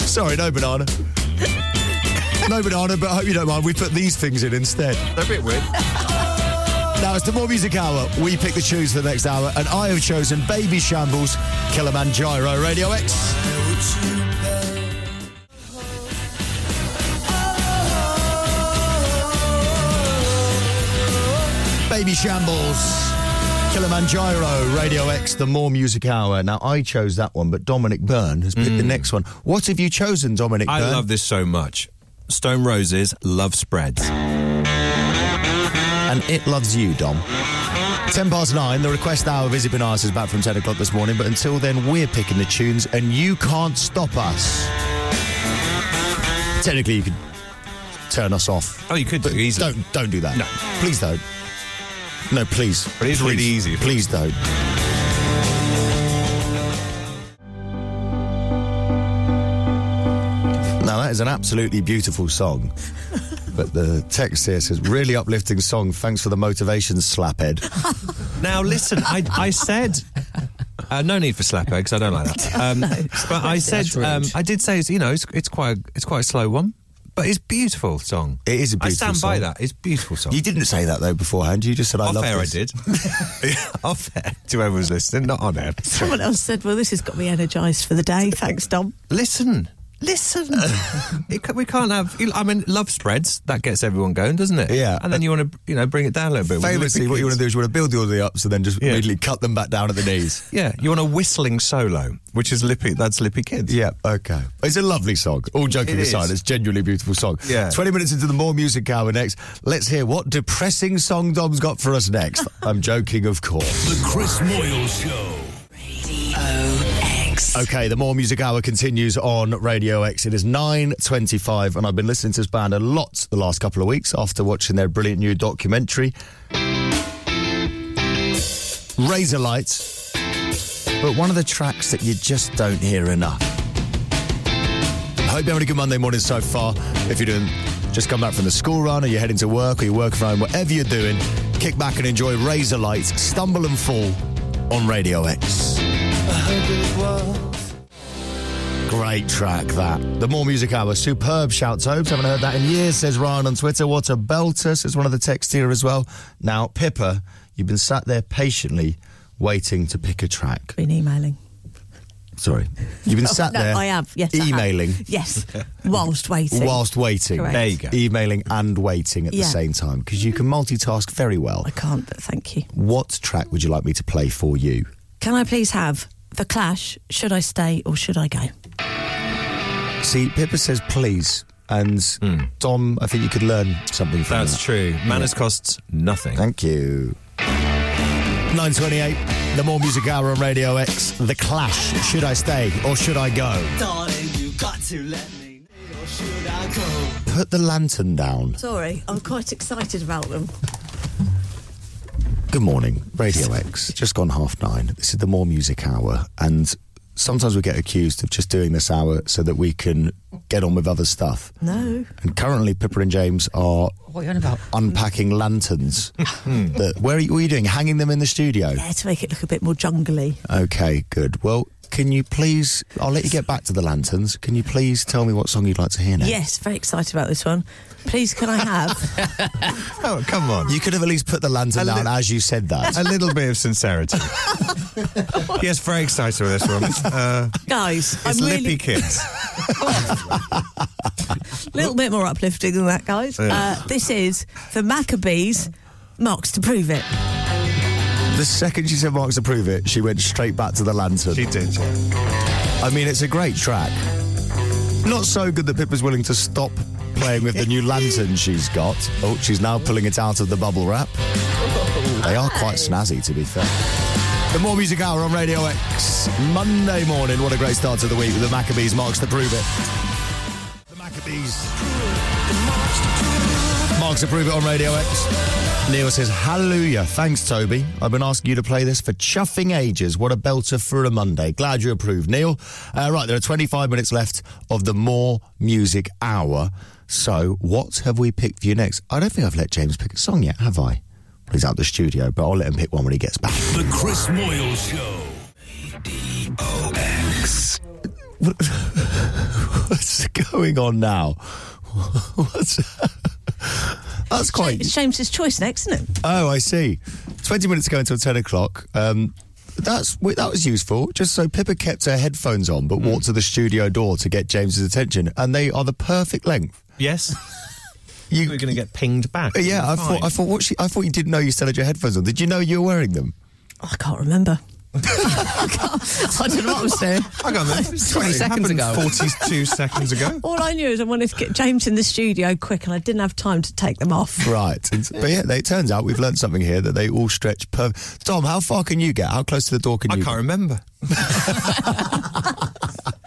Speaker 3: Sorry, no banana. no banana, but I hope you don't mind. We put these things in instead.
Speaker 4: They're a bit weird.
Speaker 3: Now it's the More Music Hour. We pick the tunes for the next hour, and I have chosen Baby Shambles, Kilimanjaro Radio X. Baby Shambles, Kilimanjaro Radio X, the More Music Hour. Now I chose that one, but Dominic Byrne has picked the next one. What have you chosen, Dominic
Speaker 4: Hmm. I
Speaker 3: Byrne?
Speaker 4: love this so much. Stone Roses, Love Spreads.
Speaker 3: and it loves you, Dom. 10 past 9, the request hour of Izzy Benares is back from 10 o'clock this morning, but until then, we're picking the tunes and you can't stop us. Technically, you could turn us off.
Speaker 4: Oh, you could do
Speaker 3: But
Speaker 4: easily.
Speaker 3: Don't, don't do that.
Speaker 4: No.
Speaker 3: Please don't. No, please.
Speaker 4: But it is really
Speaker 3: Please.
Speaker 4: easy.
Speaker 3: Please don't. Now, that is an absolutely beautiful song. But the text here says, really uplifting song. Thanks for the motivation, slaphead.
Speaker 4: Now, listen, I, I said. Uh, no need for slap eggs. I don't like that. Um, But I said, um, I did say, you know, it's, it's quite, a, it's quite a slow one, but it's beautiful song.
Speaker 3: It is a
Speaker 4: I
Speaker 3: beautiful
Speaker 4: stand by
Speaker 3: song.
Speaker 4: that. It's a beautiful song.
Speaker 3: You didn't say that though beforehand. You just said I
Speaker 4: Off
Speaker 3: love
Speaker 4: air, I
Speaker 3: this.
Speaker 4: did. Off air to whoever's listening, not on air.
Speaker 6: Someone else said, well, this has got me energised for the day. Thanks, Dom.
Speaker 4: Listen, listen. It ca- we can't have. you- I mean, love spreads. That gets everyone going, doesn't it?
Speaker 3: Yeah.
Speaker 4: And then you want to, you know, bring it down a little bit. with
Speaker 3: Famously,
Speaker 4: Olympic
Speaker 3: what you want
Speaker 4: kids.
Speaker 3: to do is you want to build the audio up, so then just
Speaker 4: Yeah.
Speaker 3: immediately cut them back down at the knees.
Speaker 4: Yeah, you want a whistling solo, which is Lippy. That's Lippy Kids.
Speaker 3: Yeah, okay. It's a lovely song. All joking
Speaker 4: It is.
Speaker 3: aside, it's genuinely a beautiful song.
Speaker 4: Yeah.
Speaker 3: 20 minutes into the More Music Hour next. Let's hear what depressing song Dom's got for us next. I'm joking, of course.
Speaker 1: The Chris Moyle Show.
Speaker 2: OX.
Speaker 3: Okay, the More Music Hour continues on Radio X. It is 9.25 and I've been listening to this band a lot the last couple of weeks after watching their brilliant new documentary. Razor Lights. But one of the tracks that you just don't hear enough. I hope you're having a good Monday morning so far. If you're doing just come back from the school run or you're heading to work or you're working from home, whatever you're doing, kick back and enjoy Razor Lights, Stumble and Fall on Radio X. Great track, that. The More Music Hour, superb shout, Tobes. Haven't heard that in years, says Ryan on Twitter. What a belter, says one of the texts here as well. Now, Pippa, you've been sat there patiently waiting to pick a track.
Speaker 6: Been emailing.
Speaker 3: Sorry. You've been
Speaker 6: Oh,
Speaker 3: sat
Speaker 6: no,
Speaker 3: there.
Speaker 6: I have. Yes, I have.
Speaker 3: Emailing.
Speaker 6: Yes, whilst waiting.
Speaker 3: Whilst waiting.
Speaker 6: Correct.
Speaker 3: Emailing and waiting at
Speaker 6: Yeah.
Speaker 3: the same time because you can multitask very well. I
Speaker 6: can't, but thank you.
Speaker 3: What track would you like me to play for you?
Speaker 6: Can I please have the Clash? Should I stay or should I go?
Speaker 3: See, Pippa says please. And Dom, I think you could learn something from
Speaker 4: That's
Speaker 3: that.
Speaker 4: true. Manners costs nothing.
Speaker 3: Mm. Thank you. 928, the more music hour on Radio X, The Clash. Should I stay or should I go?
Speaker 2: Darling, you got to let me know, or should I go?
Speaker 3: Put the lantern down.
Speaker 6: Sorry, I'm quite excited about them.
Speaker 3: Good morning, Radio X. Just gone half nine. This is the More Music Hour, and sometimes we get accused of just doing this hour so that we can get on with other stuff.
Speaker 6: No.
Speaker 3: And currently, Pippa and James are
Speaker 6: What are you on about?
Speaker 3: unpacking lanterns. that, where are you, what are you doing? Hanging them in the studio?
Speaker 6: Yeah, to make it look a bit more jungly.
Speaker 3: Okay, good. Well, can you please? I'll let you get back to the lanterns. Can you please tell me what song you'd like to hear now?
Speaker 6: Yes, very excited about this one. Please, can I have?
Speaker 3: Oh, come on. You could have at least put the lantern down as you said that.
Speaker 4: A little bit of sincerity. yes, very excited with this one. Uh,
Speaker 6: Guys,
Speaker 4: it's
Speaker 6: I'm
Speaker 4: Lippy
Speaker 6: really
Speaker 4: Kids.
Speaker 6: a little bit more uplifting than that, guys.
Speaker 3: Yeah.
Speaker 6: Uh, this is the Maccabees. Marks to prove it.
Speaker 3: The second she said Mark's approve it, she went straight back to the lantern. She did. I mean, it's a great track. Not so good that Pippa's willing to stop playing with the new lantern she's got. Oh, she's now pulling it out of the bubble wrap. They are quite snazzy, to be fair. The More Music Hour on Radio X, Monday morning. What a great start to the week with the Maccabees Marks to prove it. Marks approve it on Radio X. Neil says, Hallelujah. Thanks, Toby. I've been asking you to play this for chuffing ages. What a belter for a Monday. Glad you approved, Neil. Uh, right, there are 25 minutes left of the More Music Hour. So, what have we picked for you next? I don't think I've let James pick a song yet, have I? Well, He's out the studio, but I'll let him pick one when he gets back.
Speaker 1: The Chris Moyle Show. D-O-X.
Speaker 3: What's going on now? What's. That's quite.
Speaker 6: It's James's choice next, isn't it?
Speaker 3: Oh, I see. 20 minutes ago until 10 o'clock. Um, that's w- that was useful. Just so Pippa kept her headphones on,
Speaker 4: Hmm.
Speaker 3: but walked to the studio door to get James's attention, and they are the perfect length.
Speaker 4: Yes.
Speaker 3: You
Speaker 4: were going to get pinged back.
Speaker 3: yeah, I
Speaker 4: Fine.
Speaker 3: thought I thought what she, I thought you didn't know you still had your headphones on. Did you know you were wearing them?
Speaker 6: Oh, I can't remember. I, can't- I don't know what I was saying.
Speaker 4: I got them. 20
Speaker 6: Sorry,
Speaker 4: seconds ago. 42 seconds ago.
Speaker 6: All I knew is I wanted to get James in the studio quick, and I didn't have time to take them off.
Speaker 3: Right, And- but yeah, they, it turns out we've learned something here that they all stretch. Per- Tom, how far can you get? How close to the door can you? I can't
Speaker 4: remember. I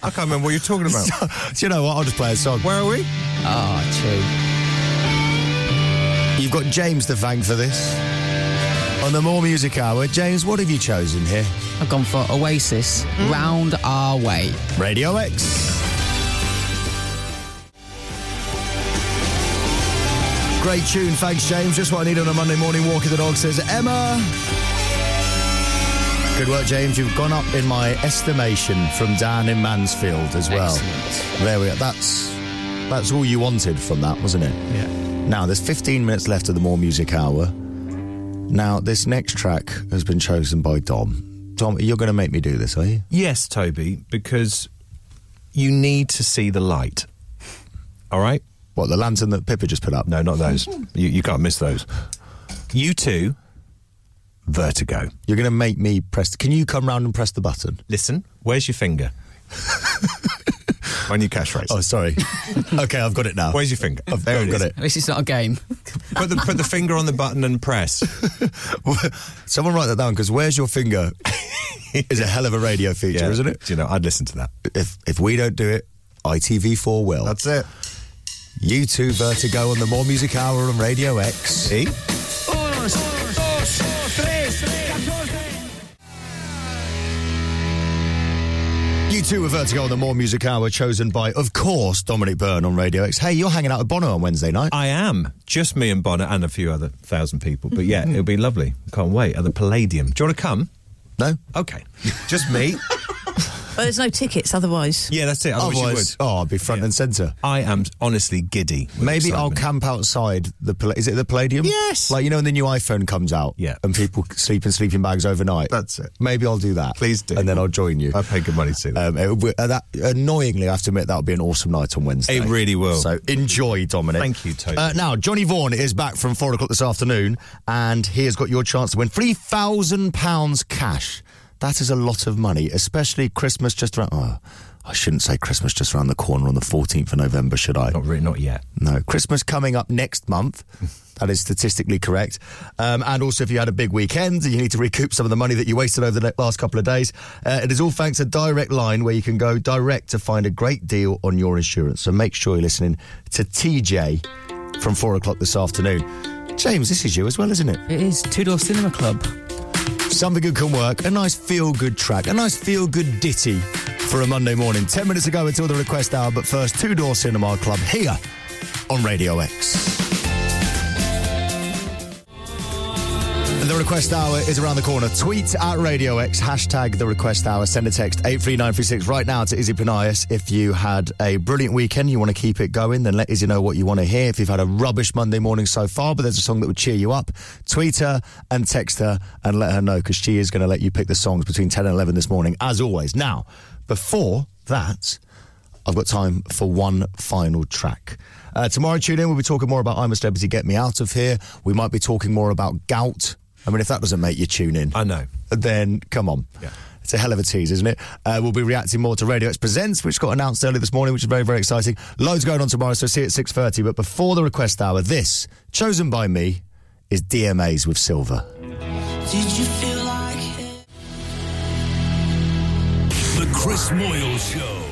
Speaker 4: can't remember what you're talking about.
Speaker 3: Do you know what? I'll just play a song.
Speaker 4: Where are we?
Speaker 3: Ah, true. You've got James to thank for this. On the More Music Hour, James, what have you chosen here?
Speaker 5: I've gone for Oasis, Round Our Way.
Speaker 3: Radio X. Great tune, thanks, James. Just what I need on a Monday morning walk of the dog, says Emma. Good work, James. You've gone up in my estimation from Dan in Mansfield as well. There we are. That's that's all you wanted from that, wasn't it? Yeah. Now there's 15 minutes left of the More Music Hour. Now this next track has been chosen by Dom. Dom, you're going to make me do this, are you?
Speaker 4: Yes, Toby, because you need to see the light. All right?
Speaker 3: What, the lantern that Pippa just put up?
Speaker 4: No, not those. you, you can't miss those. You two, vertigo.
Speaker 3: You're going to make me press. Can you come round and press the button?
Speaker 4: Listen, where's your finger? My new catchphrase. Oh,
Speaker 3: sorry. okay, I've got it now.
Speaker 4: Where's your finger? I've, there
Speaker 3: I've got it.
Speaker 5: At least it's not a game.
Speaker 4: Put the, put the finger on the button and press.
Speaker 3: Someone write that down because where's your finger is a hell of a radio feature,
Speaker 4: Yeah.
Speaker 3: isn't it?
Speaker 4: You know, I'd listen to that.
Speaker 3: If if we don't do it, ITV4 will. That's it. You two Vertigo on the More Music Hour on Radio X. See?
Speaker 20: Unos, dos, tres, catorce.
Speaker 3: You two were Vertigo on the More Music Hour, chosen by, of course, Dominic Byrne on Radio X. Hey, you're hanging out at Bono on Wednesday night.
Speaker 4: I am. Just me and Bonner and a few other thousand people. But yeah, it'll be lovely. Can't wait. At the Palladium. Do you want to come?
Speaker 3: No.
Speaker 4: Okay. Just me.
Speaker 6: But there's no tickets otherwise.
Speaker 4: yeah, that's it. Otherwise,
Speaker 3: Otherwise-
Speaker 4: you would.
Speaker 3: Oh, I'd be front and centre.
Speaker 4: I am honestly giddy. with
Speaker 3: Maybe I'll camp
Speaker 4: excitement.
Speaker 3: outside the. Pal- Is it the Palladium? Yes. Like you know, when the new iPhone comes out, yeah, and people sleep in sleeping bags overnight. That's it. Maybe I'll do that. Please do, and then I'll join you. I pay good money to. Um, it, would- uh, that annoyingly, I have to admit that would be an awesome night on Wednesday.
Speaker 4: It really will.
Speaker 3: So enjoy, Dominic.
Speaker 4: Thank you, Toby.
Speaker 3: Uh, now, Johnny Vaughan is back from four o'clock this afternoon, and he has got your chance to win three thousand pounds cash. That is a lot of money, especially Christmas just around. Oh, I shouldn't say Christmas just around the corner on the fourteenth of November, should I? Not
Speaker 4: really, not yet.
Speaker 3: No, Christmas coming up next month. That is statistically correct. Um, and also, if you had a big weekend and you need to recoup some of the money that you wasted over the last couple of days, uh, it is all thanks to Direct Line, where you can go direct to find a great deal on your insurance. So make sure you're listening to TJ from four o'clock this afternoon. James, this is you as well, isn't it?
Speaker 5: It is Two Door Cinema Club.
Speaker 3: Something good can work. A nice feel good track. A nice feel good ditty for a Monday morning. Ten minutes ago until the request hour, but first, Two Door Cinema Club here on Radio X. The request hour is around the corner. Tweet at Radio X, hashtag the request hour. Send a text 83936 right now to Izzy Panias. If you had a brilliant weekend, you want to keep it going, then let Izzy know what you want to hear. If you've had a rubbish Monday morning so far, but there's a song that would cheer you up, tweet her and text her and let her know because she is going to let you pick the songs between 10 and 11 this morning, as always. Now, before that, I've got time for one final track. Uh, tomorrow, tune in. We'll be talking more about I'm a Celebrity, Get Me Out of Here. We might be talking more about gout. I mean, if that doesn't make you tune in, I know. Then come on. Yeah. It's a hell of a tease, isn't it? Uh, we'll be reacting more to Radio X Presents, which got announced earlier this morning, which is very, very exciting. Loads going on tomorrow, so see you at 6.30. But before the request hour, this, chosen by me, is DMAs with Silver.
Speaker 1: Did you feel like the Chris Moyle Show?